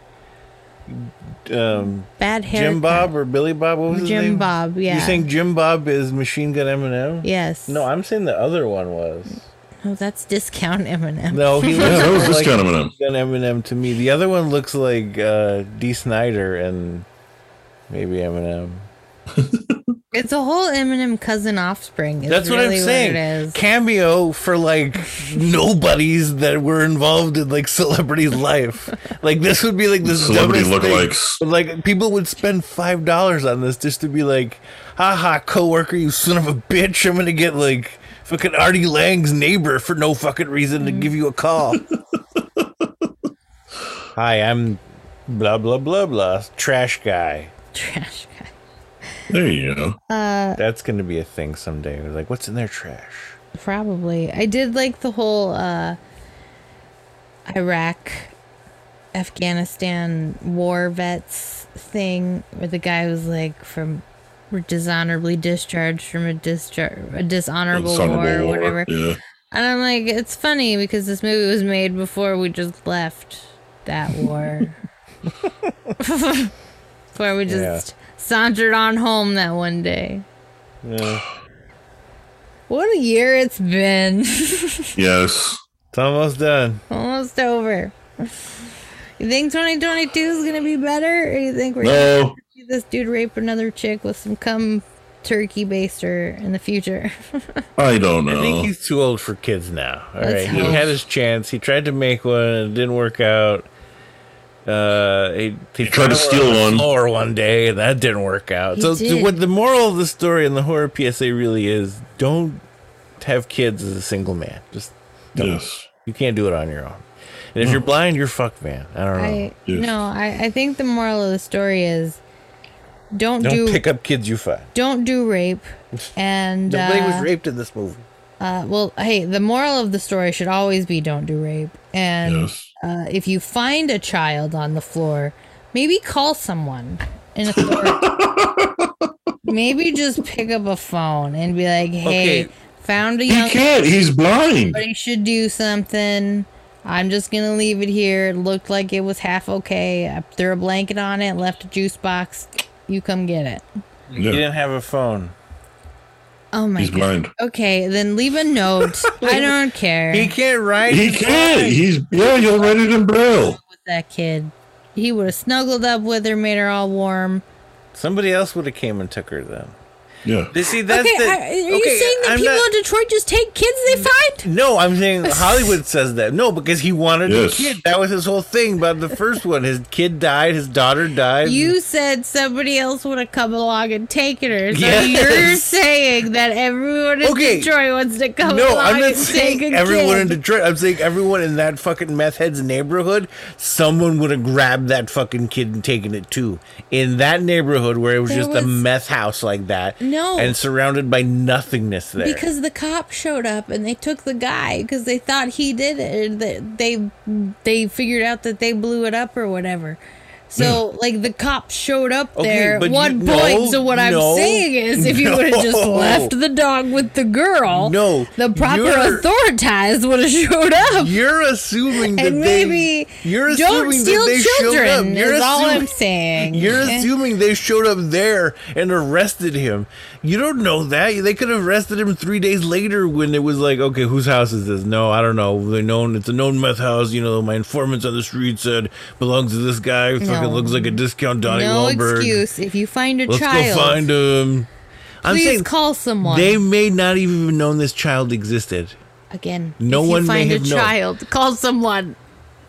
E: um,
C: Bad hair.
E: Jim Bob or Billy Bob. What was his
C: Jim
E: name?
C: Bob, yeah.
E: You're saying Jim Bob is Machine Gun Eminem?
C: Yes.
E: No, I'm saying the other one was.
C: No, that's discount Eminem.
E: No, he looks
B: that was
E: like
B: Discount Eminem.
E: Machine Gun Eminem to me. The other one looks like uh, D. Snyder and maybe Eminem.
C: It's a whole Eminem cousin offspring. is
E: That's what
C: really
E: I'm
C: it
E: saying.
C: is.
E: Cameo for like nobodies that were involved in like celebrity life. Like this would be like this
B: Celebrity
E: dumbest
B: lookalikes.
E: thing. Like people would spend five dollars on this just to be like, haha, coworker, you son of a bitch. I'm gonna get like fucking Artie Lang's neighbor for no fucking reason to give you a
C: [laughs]
E: call. Hi, I'm blah blah blah blah trash guy.
C: Trash guy.
B: There you go.
C: Uh,
E: That's gonna be a thing someday. We're like, what's in their trash?
C: Probably. I did like the whole uh Iraq Afghanistan war vets thing where the guy was like from were dishonorably discharged from a discharge a dishonorable,
B: Dishonorable
C: war or
B: war,
C: whatever.
B: Yeah.
C: And I'm like, it's funny because this movie was made before we just left that war. before we just sauntered on home that one day.
E: Yeah.
C: What a year it's been. [laughs]
B: Yes.
E: It's almost done.
C: Almost over. You think 2022 is going to be better? Or you think we're going to
B: No.
C: see this dude rape another chick with some cum turkey baster in the future? [laughs]
B: I don't know.
E: I think he's too old for kids now. All
C: Let's
E: right, he
C: hope.
E: had his chance. He tried to make one, and it didn't work out. Uh, he, he
B: tried to
E: fell
B: steal
E: the
B: one.
E: floor one day, and that didn't work out.
C: He
E: so,
C: did.
E: what the moral of the story and the horror PSA really is: don't have kids as a single man. Just
B: yes.
E: you can't do it on your own. And if you're blind, you're fucked, man. I don't know.
C: I,
B: Yes.
C: No, I, I think the moral of the story is don't,
E: don't
C: do
E: pick up kids you find.
C: don't do rape. And
E: Nobody
C: uh,
E: was raped in this movie.
C: uh, well, hey, the moral of the story should always be don't do rape. And
B: Yes.
C: uh, if you find a child on the floor, maybe call someone in authority. maybe just pick up a phone and be like, "Hey,
E: Okay.
C: found a
B: He
C: young
B: can't. He's blind.
C: somebody should do something." I'm just gonna leave it here. It looked like it was half okay. I threw a blanket on it, left a juice box. You come get it.
E: He
B: Yeah.
E: didn't have a phone.
C: Oh my
B: He's
C: god.
B: blind.
C: Okay, then leave
E: [laughs]
C: a note. I don't care.
E: He can't write.
B: He
E: his
B: can't.
E: own.
B: He's yeah. You'll write it in braille.
C: with that kid. He would have snuggled up with her, made her all warm.
E: Somebody else would have came and took her then.
B: Yeah.
E: You See, that's
C: okay,
E: the,
C: are, are you
E: okay,
C: saying that
E: I'm
C: people
E: not-
C: in Detroit just take kids they find?
E: No, I'm saying Hollywood says that. No, because he wanted
B: Yes.
E: a kid. That was his whole thing about the first one. His kid died. His daughter died.
C: You said somebody else would have come along and taken her. So
E: Yes.
C: you're saying that everyone in
E: Okay.
C: Detroit wants to come
E: no,
C: along
E: I'm not
C: and take
E: saying
C: a
E: everyone
C: kid.
E: in Detroit. I'm saying everyone in that fucking meth heads neighborhood. Someone would have grabbed that fucking kid and taken it too. In that neighborhood where it was
C: There
E: just
C: was-
E: a meth house like that.
C: No.
E: and surrounded by nothingness there.
C: because the cop showed up and they took the guy because they thought he did it. and They they, they figured out that they blew it up or whatever. So like the cops showed up
E: Hmm. Okay,
C: there
E: but
C: at one
E: you-
C: point.
E: no,
C: so what
E: no,
C: I'm saying is, if you
E: [laughs] no.
C: would have just left the dog with the girl,
E: No,
C: the proper
E: you're-
C: authorities would have showed up.
E: You're assuming that
C: [laughs] And
E: they-
C: maybe
E: you're
C: don't
E: assuming
C: steal
E: that they showed
C: children.
E: up. You're
C: Is all I'm
E: assuming-
C: saying.
E: You're
C: Eh.
E: assuming they showed up there and arrested him. You don't know that. They could have arrested him three days later when it was like, okay, whose house is this? No, I don't know. They known it's a known meth house. You know, my informants on the street said belongs to this guy. who Fucking
C: No.
E: looks like a discount Donnie
C: no
E: Wahlberg.
C: excuse. If you find a
E: Let's
C: child,
E: go find him. I'm
C: please
E: saying
C: call someone.
E: they may not even have known this child existed.
C: Again,
E: No
C: if you
E: one may
C: find
E: have
C: a
E: known.
C: child, call someone.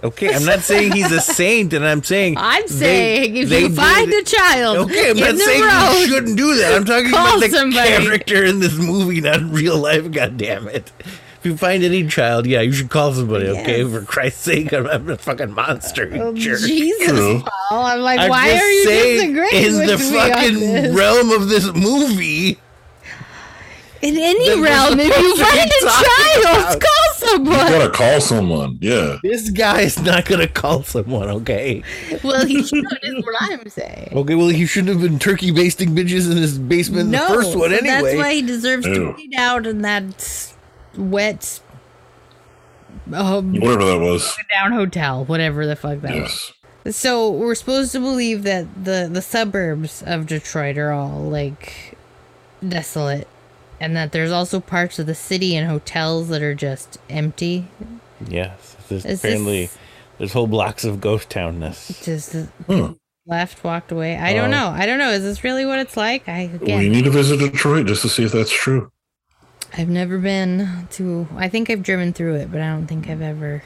E: Okay, I'm not saying he's
C: [laughs]
E: a saint, and I'm saying
C: I'm
E: they-
C: saying if
E: they
C: you
E: did
C: find
E: it.
C: a child
E: Okay, I'm
C: in
E: not
C: the
E: saying you
C: road,
E: shouldn't do that. I'm talking
C: Call
E: about the
C: somebody.
E: character in this movie, not in real life. God damn it! If you find any child, yeah, you should call somebody. Okay,
C: Yes.
E: for Christ's sake, I'm, I'm a fucking monster, you jerk.
C: Oh, Jesus,
B: True.
C: Paul. I'm like,
E: I'm
C: why
E: just
C: are you
E: saying,
C: disagreeing
E: in
C: with
E: the
C: me
E: fucking
C: on this?
E: realm of this movie?
C: in any
E: that we're
C: realm, if you
E: supposed to be
C: find a
E: talking
C: child,
E: about?
C: call
E: [laughs]
B: You
C: someone.
B: gotta call someone. Yeah.
E: This guy is not gonna call someone. Okay.
C: well, he should. Is what I'm saying.
E: Okay. Well, he shouldn't have been turkey basting bitches in his basement
C: no,
E: in the first one
C: so
E: anyway.
C: that's why he deserves
B: Ew.
C: to bleed out in that s- wet, um,
B: Whatever that was.
C: down hotel, whatever the fuck that was.
B: Yes.
C: So we're supposed to believe that the the suburbs of Detroit are all like desolate, and that there's also parts of the city and hotels that are just empty.
E: Yes. There's
C: Is
E: apparently
C: this-
E: there's whole blocks of ghost townness.
C: Just left, walked away. I don't know. I don't know. Is this really what it's like? I
B: Oh. We
C: again,
B: need to visit Detroit just to see if that's true.
C: I've never been to. I think I've driven through it, but I don't think I've ever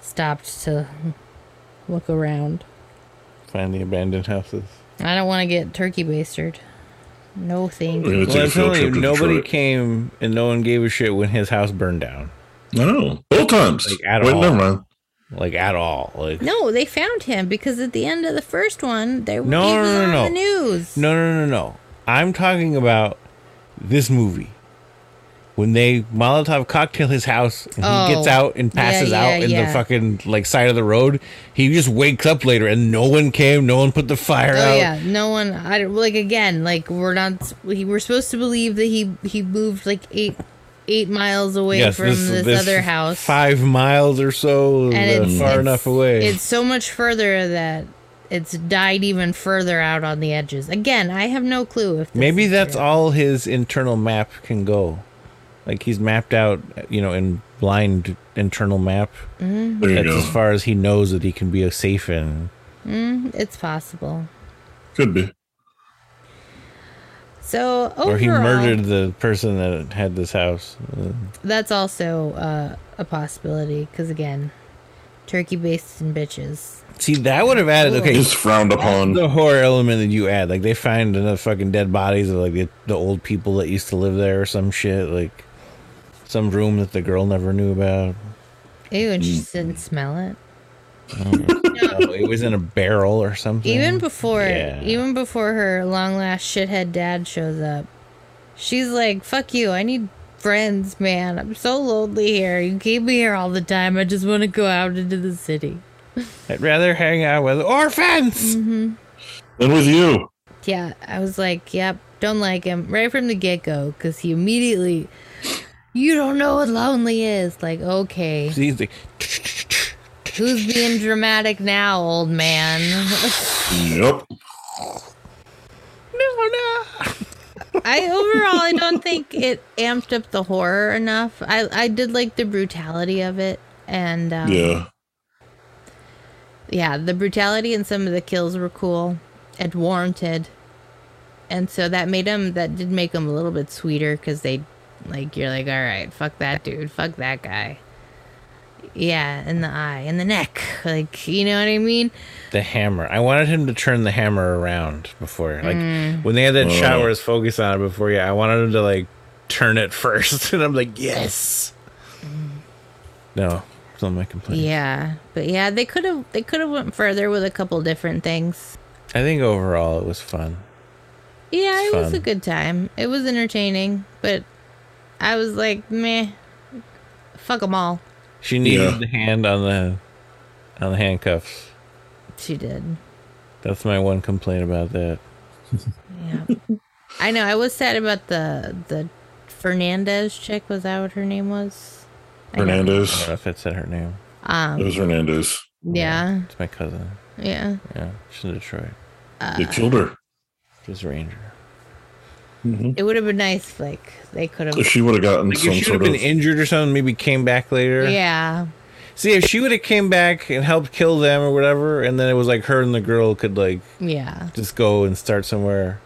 C: stopped to look around.
E: Find the abandoned houses.
C: I don't want to get turkey basted. No thank
B: We're
E: Well,
B: gonna
C: you.
B: take
E: I'm
B: a field
E: telling you,
B: trip to
E: nobody
B: Detroit.
E: came and no one gave a shit when his house burned down.
B: No, both times.
E: Like, at
B: Wait,
E: all.
B: never mind.
E: Like at all. Like no,
C: No, they found him because at the end of the first one, they
E: No,
C: he was
E: no, no,
C: on
E: no.
C: the news.
E: no, no, no, no. I'm talking about this movie. When they Molotov cocktail his house and
C: Oh.
E: he gets out and
C: Yeah,
E: passes
C: yeah,
E: out in
C: yeah.
E: the fucking like side of the road, he just wakes up later and no one came, no one put the fire
C: Oh
E: out.
C: yeah, no one. I don't- like again. Like we're not. We we're supposed to believe that he he moved like eight eight miles away from this, other house,
E: Five miles or so, uh, far enough away.
C: It's so much further that it's died even further out on the edges. Again, I have no clue if this
E: Maybe
C: is
E: that's
C: true.
E: all his internal map can go. Like he's mapped out, you know, in blind internal map.
B: There you
E: That's
B: go.
E: as far as he knows that he can be a safe in.
C: It's possible.
B: Could be.
C: So overall,
E: Or he murdered the person that had this house. Uh,
C: That's also uh, a possibility because again, turkey basting bitches.
E: See, that would have added. Okay,
B: It's frowned upon.
E: the horror element that you add, like they find another fucking dead bodies of like the, the old people that used to live there or some shit, like some room that the girl never knew about.
C: Ew, and she didn't smell it.
E: Oh, it was in a barrel or something.
C: Even before,
E: Yeah.
C: even before her long last shithead dad shows up, she's like, "Fuck you! I need friends, man. I'm so lonely here. You keep me here all the time. I just want to go out into the city."
E: I'd rather hang out with orphans.
C: Mm-hmm.
B: And with you.
C: Yeah, I was like, "Yep, don't like him right from the get go," because he immediately, you don't know what lonely is. Like, okay,
E: See, he's like,
C: Who's being dramatic now, old man? [laughs]
B: Yep.
E: no, no.
C: I overall I don't think it amped up the horror enough. I I did like the brutality of it and um,
B: Yeah.
C: yeah, the brutality and some of the kills were cool and warranted. And so that made him that did make him a little bit sweeter cuz they like you're like all right, fuck that dude, fuck that guy. Yeah, in the eye, in the neck. Like, you know what I mean?
E: The hammer. I wanted him to turn the hammer around before, like
C: Mm.
E: when they had
B: Oh.
E: that shot where it's focused on it before. Yeah, I wanted him to like turn it [laughs] first, and I'm like, yes. No, it's not my complaint.
C: Yeah. But yeah, they could have they could have went further with a couple different things.
E: I think overall it was fun.
C: Yeah, it was
E: fun.
C: a good time. It was entertaining, but I was like, meh, fuck them all.
E: She needed
B: Yeah.
E: the hand on the on the handcuffs.
C: She did.
E: That's my one complaint about that.
C: Yeah. [laughs] I know. I was sad about the the Fernandez chick. Was that what her name was? I know.
E: I don't
B: Hernandez.
E: know if it said her name.
B: It was Hernandez.
C: Yeah.
E: It's my cousin.
C: Yeah.
E: Yeah, she's in Detroit.
C: Uh,
B: they killed her.
E: She's a ranger.
C: It would have been nice. if, Like
E: [laughs]
C: they could
B: If
C: have.
B: she would have
E: mm-hmm.
B: gotten
E: Like
B: some
E: if she would
B: sort
E: have
B: of.
E: been injured or something, maybe came back later.
C: Yeah.
E: See, if she would have came back and helped kill them or whatever, and then it was like her and the girl could like
C: Yeah.
E: just go and start somewhere.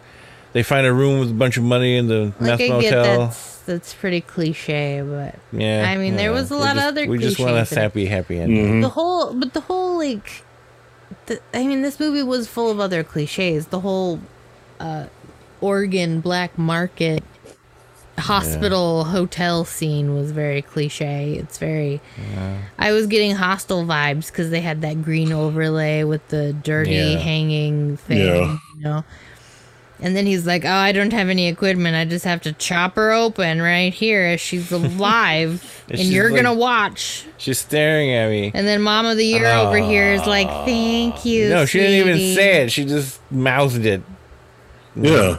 E: They find a room with a bunch of money in the
C: Like
E: meth
C: I get
E: motel.
C: that's that's pretty cliche, but
E: Yeah,
C: I mean, there
E: yeah.
C: was a
E: We
C: lot of
E: just-
C: other
E: We just want
C: cliches
E: a
C: in it.
E: happy, happy ending.
C: the whole but the whole like the, i mean this movie was full of other cliches the whole uh oregon black market hospital hotel scene was very cliche it's very i was getting hostile vibes because they had that green overlay with the dirty
E: Yeah.
C: hanging thing
B: Yeah.
C: you know and then he's like, "Oh, I don't have any equipment. I just have to chop her open right here if
E: [laughs]
C: she's alive, and
E: she's
C: you're
E: like-
C: gonna watch."
E: She's staring at me.
C: And then Mom of the Year over here is like, thank you.
E: Oh. No, she didn't even
C: sweetie."
E: say it. She just mouthed it.
B: yeah.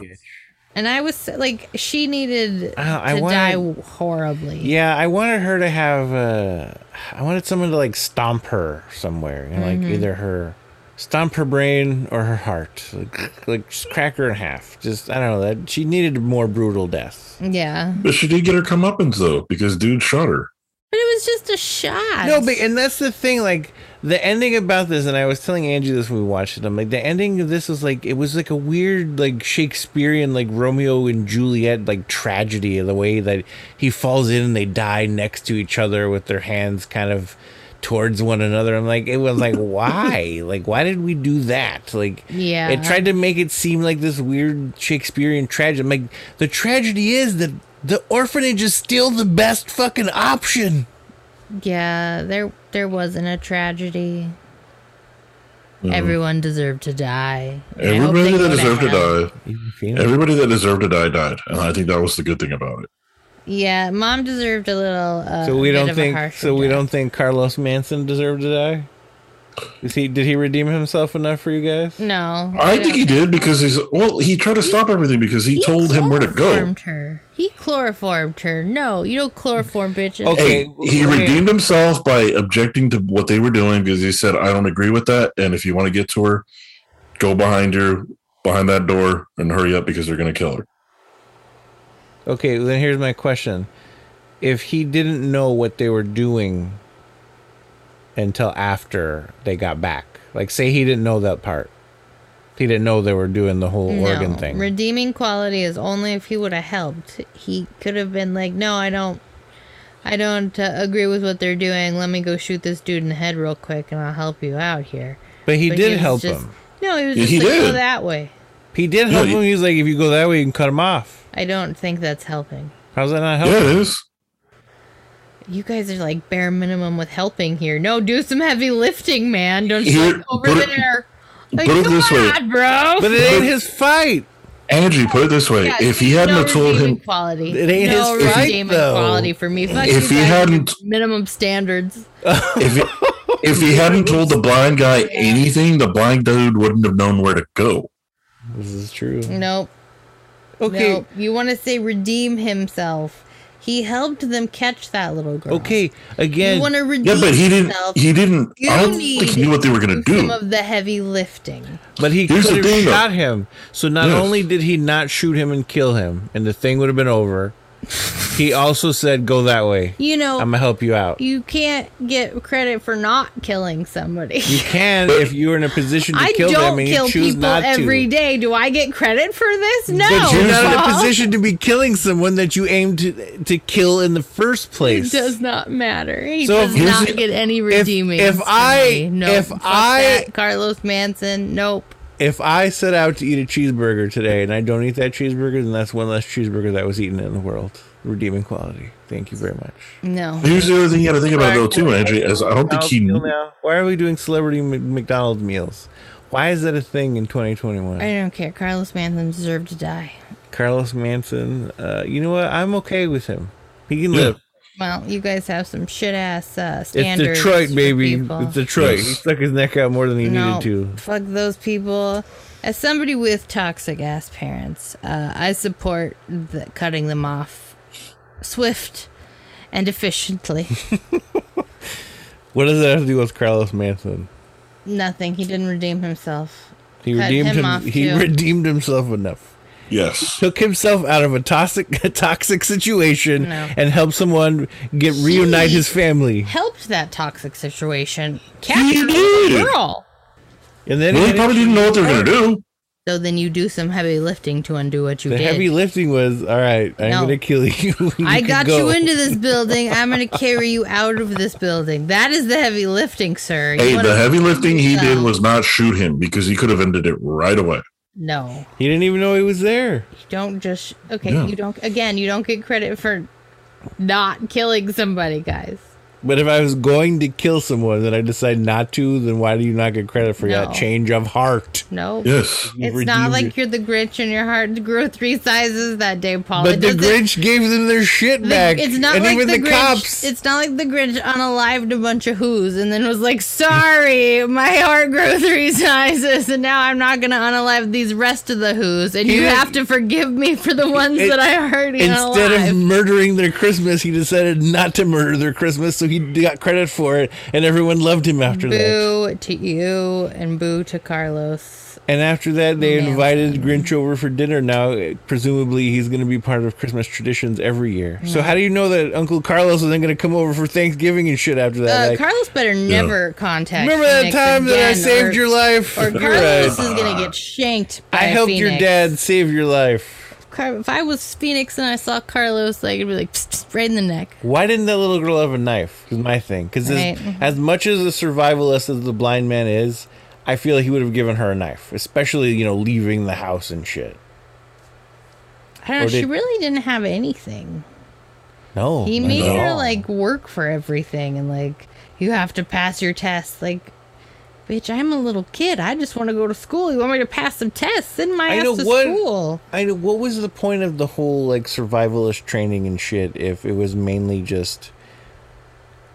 C: And I was like, she needed
E: I- Uh, I
C: to
E: wanted-
C: die horribly.
E: Yeah, I wanted her to have. Uh, I wanted someone to like stomp her somewhere, you know, like either her stomp her brain or her heart, like, like just crack her in half. Just I don't know that she needed a more brutal death.
C: Yeah.
B: But she did get her comeuppance though, because dude shot her.
C: But it was just a shot.
E: No, but and that's the thing. Like the ending about this, and I was telling Angie this when we watched it. I'm like, the ending of this was like it was like a weird, like Shakespearean, like Romeo and Juliet, like tragedy of the way that he falls in and they die next to each other with their hands kind of towards one another. I'm like, it was like, why? Like, why did we do that? Like,
C: Yeah.
E: it tried to make it seem like this weird Shakespearean tragedy. I'm like, the tragedy is that the orphanage is still the best fucking option.
C: Yeah, there there wasn't a tragedy. Everyone deserved to die. I hope
B: Everybody
C: they
B: that
C: go to
B: deserved to
C: hell.
B: die, everybody that deserved to die died, and I think that was the good thing about it.
C: Yeah, mom deserved a little. Uh,
E: So we
C: bit
E: don't
C: of a
E: think.
C: harsher
E: So we
C: death.
E: don't think Carlos Manson deserved to die. Is he? Did he redeem himself enough for you guys?
C: Mm. No,
B: I
C: yeah.
B: think he did because he's well. He tried to stop everything because he, told him where to go.
C: chloroformed Her. He chloroformed her. No, you don't chloroform bitches.
E: Okay.
B: Hey, he
E: Wait.
B: redeemed himself by objecting to what they were doing because he said, "I don't agree with that, and if you want to get to her, go behind her, behind that door, and hurry up because they're going to kill her."
E: Okay. Then here's my question: If he didn't know what they were doing until after they got back, like say he didn't know that part, he didn't know they were doing the whole
C: No.
E: organ thing.
C: Redeeming quality is only if he would have helped. He could have been like, "No, I don't, I don't uh, agree with what they're doing. Let me go shoot this dude in the head real quick, and I'll help you out here."
E: but he
C: But
E: did
C: was
E: help
C: just-
E: him.
C: No, he was
B: Yeah,
C: just
B: he
C: like, "Go
B: did.
C: that way."
E: He did
B: No,
E: help
B: he-
E: him. He's like, if you go that way, you can cut him off.
C: I don't think that's helping.
E: How's that not
B: Yeah,
E: helping?
B: it is.
C: You guys are like bare minimum with helping here. No, do some heavy lifting, man. Don't
B: Here,
C: just over
B: put it-
C: there. Like,
B: put it
C: come
B: this way.
C: on, bro.
E: But it ain't his fight.
B: Angie, put it this way:
C: Yeah,
B: if he
C: there's
B: hadn't
C: no
B: have told
C: redeeming
B: him,
C: quality.
E: It ain't
C: no
E: his fight,
C: redeeming
E: though.
C: quality for me. Fuck
B: If he
C: you guys with
B: hadn't-
C: minimum standards.
B: if he, if he hadn't told the blind guy anything, the blind dude wouldn't have known where to go.
E: This is true.
C: Nope.
E: Okay.
C: Nope. You want to say redeem himself? He helped them catch that little girl.
E: Okay.
C: You
E: Again.
C: want to redeem
B: Yeah, but he didn't.
C: himself?
B: He didn't.
C: You
B: I don't
C: need
B: think he knew what they were going to
C: Some
B: do.
C: of the heavy lifting.
E: But he could
B: Here's the
E: have
B: thing, though.
E: shot him. So not
B: Yes.
E: only did he not shoot him and kill him, and the thing would have been over, he also said, "Go that way.
C: You know,
E: I'm gonna help you out."
C: you can't get credit for not killing somebody.
E: You can if you were in a position to
C: I
E: kill them
C: don't
E: and
C: kill
E: you choose
C: people
E: not
C: every
E: to.
C: day. Do I get credit for this? No.
E: But you're not in
C: Paul.
E: a position to be killing someone that you aimed to to kill in the first
C: It
E: place.
C: does not matter. He
E: So
C: does
E: if-
C: not
B: Here's the-
C: get any
E: if-
C: redeeming.
E: if
C: for
E: I-
C: me. Nope.
E: if
C: Fuck
E: I-
C: that. Carlos Manson, nope.
E: If I set out to eat a cheeseburger today and I don't eat that cheeseburger, then that's one less cheeseburger that was eaten in the world. Redeeming quality. Thank you very much.
C: No.
B: Here's the other thing you got to think about though too, Angie. Is I don't think he. knew.
E: Why are we doing celebrity M- McDonald's meals? Why is that a thing in 2021?
C: I don't care. Carlos Manson deserved to die.
E: Carlos Manson. Uh, you know what? I'm okay with him. He can
B: Yeah.
E: live.
C: Well, you guys have some shit ass uh,
E: It's
C: standards.
E: Detroit,
C: for
E: baby.
C: people.
E: It's Detroit. He
B: Yes.
E: stuck his neck out more than he
C: no,
E: needed to.
C: fuck those people. As somebody with toxic ass parents, uh, I support the cutting them off swift
E: [laughs]
C: and efficiently.
E: What does that have to do with Carlos Manson?
C: Nothing. He didn't redeem himself.
E: He
C: Cut
E: redeemed
C: him
E: him.
C: off,
E: he
C: too.
E: redeemed himself enough.
B: Yes.
E: Took himself out of a toxic, [laughs] a toxic situation
C: No.
E: and helped someone get reunite his family.
C: helped that toxic situation capture the
B: did.
C: girl.
E: And then
B: Well, he probably didn't know what they were going to do.
C: So then you do some heavy lifting to undo what you
E: The
C: did.
E: heavy lifting was all right. I'm
C: No.
E: gonna kill you. [laughs] You
C: I
E: can
C: got
E: go."
C: you into this building. I'm going to carry you out of this building. That is the heavy lifting, sir. You
B: Hey,
C: wanna-
B: the heavy lifting he did
C: No.
B: was not shoot him because he could have ended it right away.
C: No,
E: He didn't even know he was there.
C: you don't just okay.
B: Yeah.
C: You don't again. You don't get credit for not killing somebody, guys.
E: But if I was going to kill someone and I decide not to, then why do you not get credit for
C: No.
E: that change of heart?
C: No,
B: Yes.
E: You
C: it's not
E: redeemed
C: like
E: it.
C: you're the Grinch and your heart grew three sizes that day, Paul. It
E: But the
C: doesn't-
E: Grinch gave them their shit
C: The-
E: back.
C: it's not
E: and
C: like
E: even
C: the,
E: the,
C: Grinch.
E: cops.
C: It's not like the Grinch unalived a bunch of who's and then was like, "Sorry, my heart grew [laughs] three sizes, and now I'm not gonna unalive these rest of the who's, and you
E: He-
C: have to forgive me for the ones
E: It-
C: that I already
E: Instead of
C: unalived."
E: murdering their Christmas, he decided not to murder their Christmas, so he he got credit for it, and everyone loved him after that.
C: Boo to you and boo to Carlos.
E: And after that, they
C: Man.
E: invited Grinch over for dinner. Now, presumably, he's going to be part of Christmas traditions every year. So, how do you know that Uncle Carlos isn't going to come over for Thanksgiving and shit after
C: Uh,
E: that? Like,
C: Carlos better never contact.
E: remember that
C: Phoenix
E: time that I
C: again,
E: saved
C: or-
E: your life?
C: Or
E: [laughs] You're
C: Carlos
E: right.
C: is gonna get shanked. By
E: I helped your
C: Phoenix.
E: dad save your life.
C: Car- If I was Phoenix and I saw Carlos, like, I'd be like, psst, psst, right in the neck.
E: Why didn't that little girl have a knife? Is my thing. Because
C: Right. mm-hmm.
E: as, as much as a survivalist as the blind man is, I feel he would have given her a knife, especially you know leaving the house and shit.
C: I don't know.
E: Or
C: She
E: did-
C: really didn't have anything.
E: No,
C: He
E: not
C: made
E: at
C: her
E: all.
C: like work for everything and like you have to pass your tests. Like, bitch, I'm a little kid. I just want to go to school. You want me to pass some tests? Send my
E: I
C: ass
E: know
C: to
E: what-
C: school.
E: I know what was the point of the whole like survivalist training and shit if it was mainly just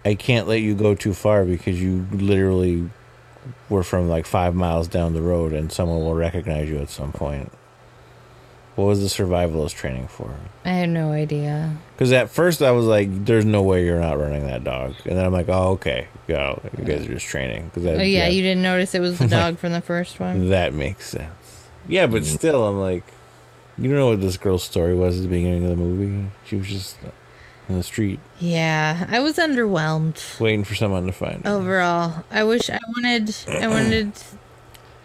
E: I can't let you go too far because you literally were from like five miles down the road and someone will recognize you at some point. What was the survivalist training for?
C: I have no idea.
E: Because at first I was like, "There's no way you're not running that dog," and then I'm like, "Oh, okay, yeah, you guys are just training." Because
C: Oh yeah, you didn't notice it
E: [laughs]
C: was the dog from the first one.
E: that makes sense. Yeah,
B: Mm.
E: but still, I'm like, you don't know what this girl's story was at the beginning of the movie. She was just in the street
C: Yeah, I was underwhelmed
E: waiting for someone to find her.
C: overall. I wish I wanted I wanted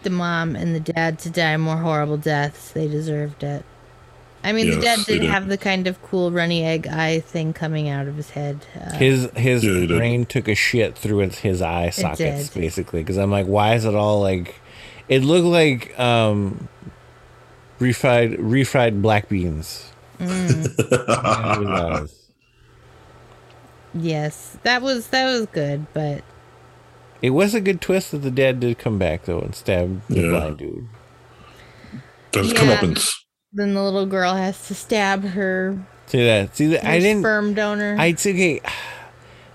C: the mom and the dad to die more horrible deaths. They deserved it. I mean, the
B: Yes,
C: dad
B: they
C: did
B: did.
C: have the kind of cool runny egg eye thing coming out of his head. Uh,
E: His his
B: Yeah, he did.
E: brain took a shit through his, his eye sockets,
C: did.
E: basically. Because I'm like, why is it all like? It looked like um, refried refried black beans. [laughs] That's what it was.
C: Yes, that was that was good, but
E: It was a good twist that the dad did come back though and stab the
B: Yeah.
E: blind dude.
B: That's
C: Yeah.
B: comeuppance.
C: then the little girl has to stab her,
E: See that? See that?
C: her
E: I didn't.
C: sperm donor.
E: I took a. [sighs]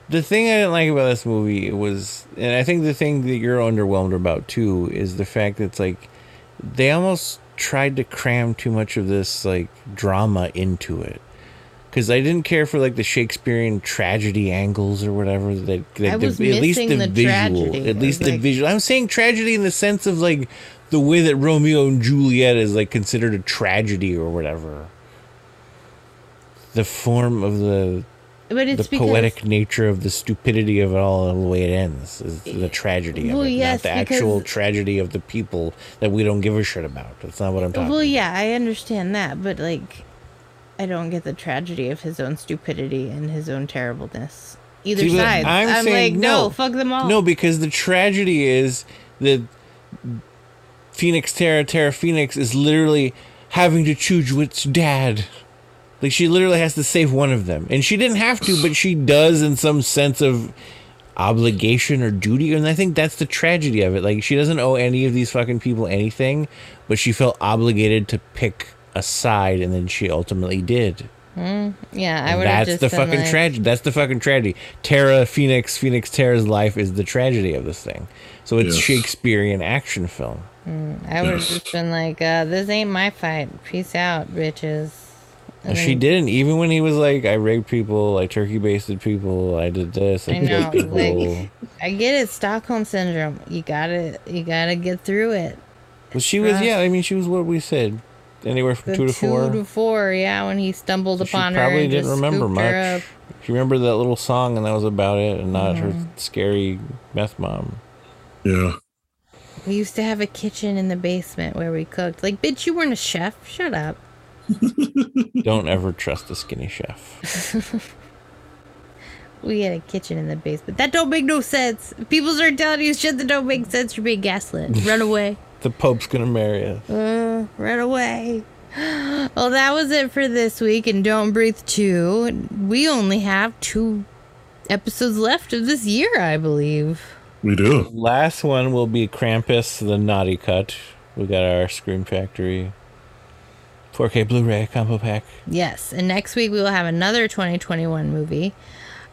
E: The thing I didn't like about this movie was, and I think the thing that you're underwhelmed about too is the fact that it's like they almost tried to cram too much of this like drama into it. Because I didn't care for like the Shakespearean tragedy angles or whatever. That, that
C: I
E: at
C: was
E: least
C: missing
E: the,
C: the
E: visual,
C: tragedy.
E: at
C: I
E: least
C: was
E: the
C: like-
E: visual. I'm saying tragedy in the sense of like the way that Romeo and Juliet is like considered a tragedy or whatever. The form of the
C: but it's
E: the
C: because,
E: poetic nature of the stupidity of it all and the way it ends is the tragedy of
C: Eh, Well,
E: it, not
C: yes,
E: the actual
C: because-
E: tragedy of the people that we don't give a shit about. That's not what I'm talking.
C: Well,
E: about.
C: yeah, I understand that, but like, I don't get the tragedy of his own stupidity and his own terribleness. Either
E: See, but
C: side, I'm,
E: saying
C: like, no, fuck them all.
E: No, because the tragedy is that Phoenix Terra Terra Phoenix is literally having to choose which dad. Like she literally has to save one of them, and she didn't have to, but she does in some sense of obligation or duty. And I think that's the tragedy of it. Like she doesn't owe any of these fucking people anything, but she felt obligated to pick a side, and then she ultimately did.
C: yeah, I would.
E: That's
C: have just
E: the
C: been
E: fucking
C: like,
E: tragedy. That's the fucking tragedy. Terra Phoenix, Phoenix Terra's life is the tragedy of this thing. So it's
B: Yes.
E: Shakespearean action film.
C: I would have
E: [sniffs]
B: Yes.
C: just been like, uh, this ain't my fight. Peace out, bitches.
E: And she didn't. Even when he was like, I raped people, I turkey basted people, I did this, I,
C: I know,
E: killed people.
C: like, I get it, Stockholm syndrome. You gotta, you gotta get through it.
E: But she was,
C: rough.
E: yeah. I mean, she was what we said, anywhere from
C: The
E: two to four.
C: four, yeah. When he stumbled
E: she
C: upon her,
E: probably
C: and
E: didn't
C: just
E: remember
C: scooped her
E: much.
C: up. Mm-hmm.
E: She remembered that little song, and that was about it, and not her scary meth mom.
B: Yeah.
C: We used to have a kitchen in the basement where we cooked. Like, bitch, you weren't a chef. Shut up.
E: Don't ever trust a skinny chef.
C: We had a kitchen in the basement. That don't make no sense. If people start telling you shit that don't make sense, you're being gaslit. Run away.
E: The Pope's gonna marry us.
C: Uh, run away. Well, that was it for this week and Don't Breathe 2. We only have two episodes left of this year, I believe.
B: We do.
E: Last one will be Krampus the Naughty Cut. We got our Scream Factory 4K Blu ray combo pack.
C: Yes, and next week we will have another 2021 movie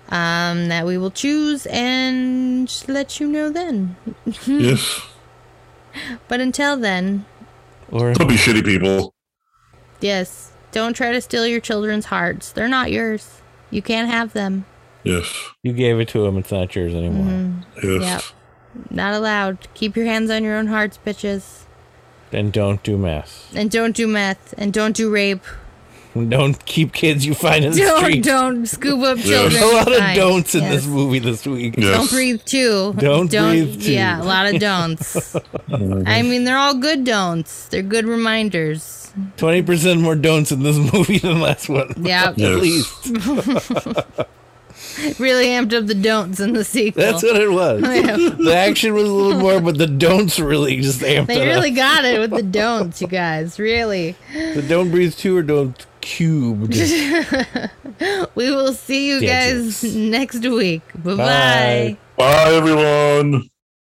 C: um, that we will choose and let you know then. Hmm.
B: yes.
C: But until then,
E: Or
B: Don't be shitty people.
C: yes, don't try to steal your children's hearts. They're not yours. You can't have them.
B: Yes.
E: You gave it to him. It's not yours anymore.
B: Yes.
C: Mm-hmm. Yep. Not allowed. Keep your hands on your own hearts, bitches.
E: And don't do meth.
C: And don't do meth. And don't do rape.
E: Don't keep kids you find in the
C: Don't
E: street.
C: don't scoop up children.
E: There's a lot of
C: Fine.
E: don'ts in
C: Yes.
E: this movie this week.
B: Yes.
C: Don't breathe too.
E: Don't breathe, too.
C: Yeah, a lot
E: [laughs]
C: of don'ts. I mean, they're all good don'ts. They're good reminders.
E: Twenty percent more don'ts in this [laughs] movie than last one. [laughs]
C: Yeah,
B: Yes.
E: At least
C: [laughs] really amped up the don'ts in the sequel.
E: that's what it
C: [laughs]
E: was. The action was a little more, but the don'ts really just amped
C: they
E: it
C: really got it with the don'ts, you guys. Really.
E: up. The don't breathe two or don't
C: [laughs]
E: cubed.
C: We will see you guys
E: Gadgets.
C: next week. Bye-bye.
E: Bye.
B: Bye, everyone.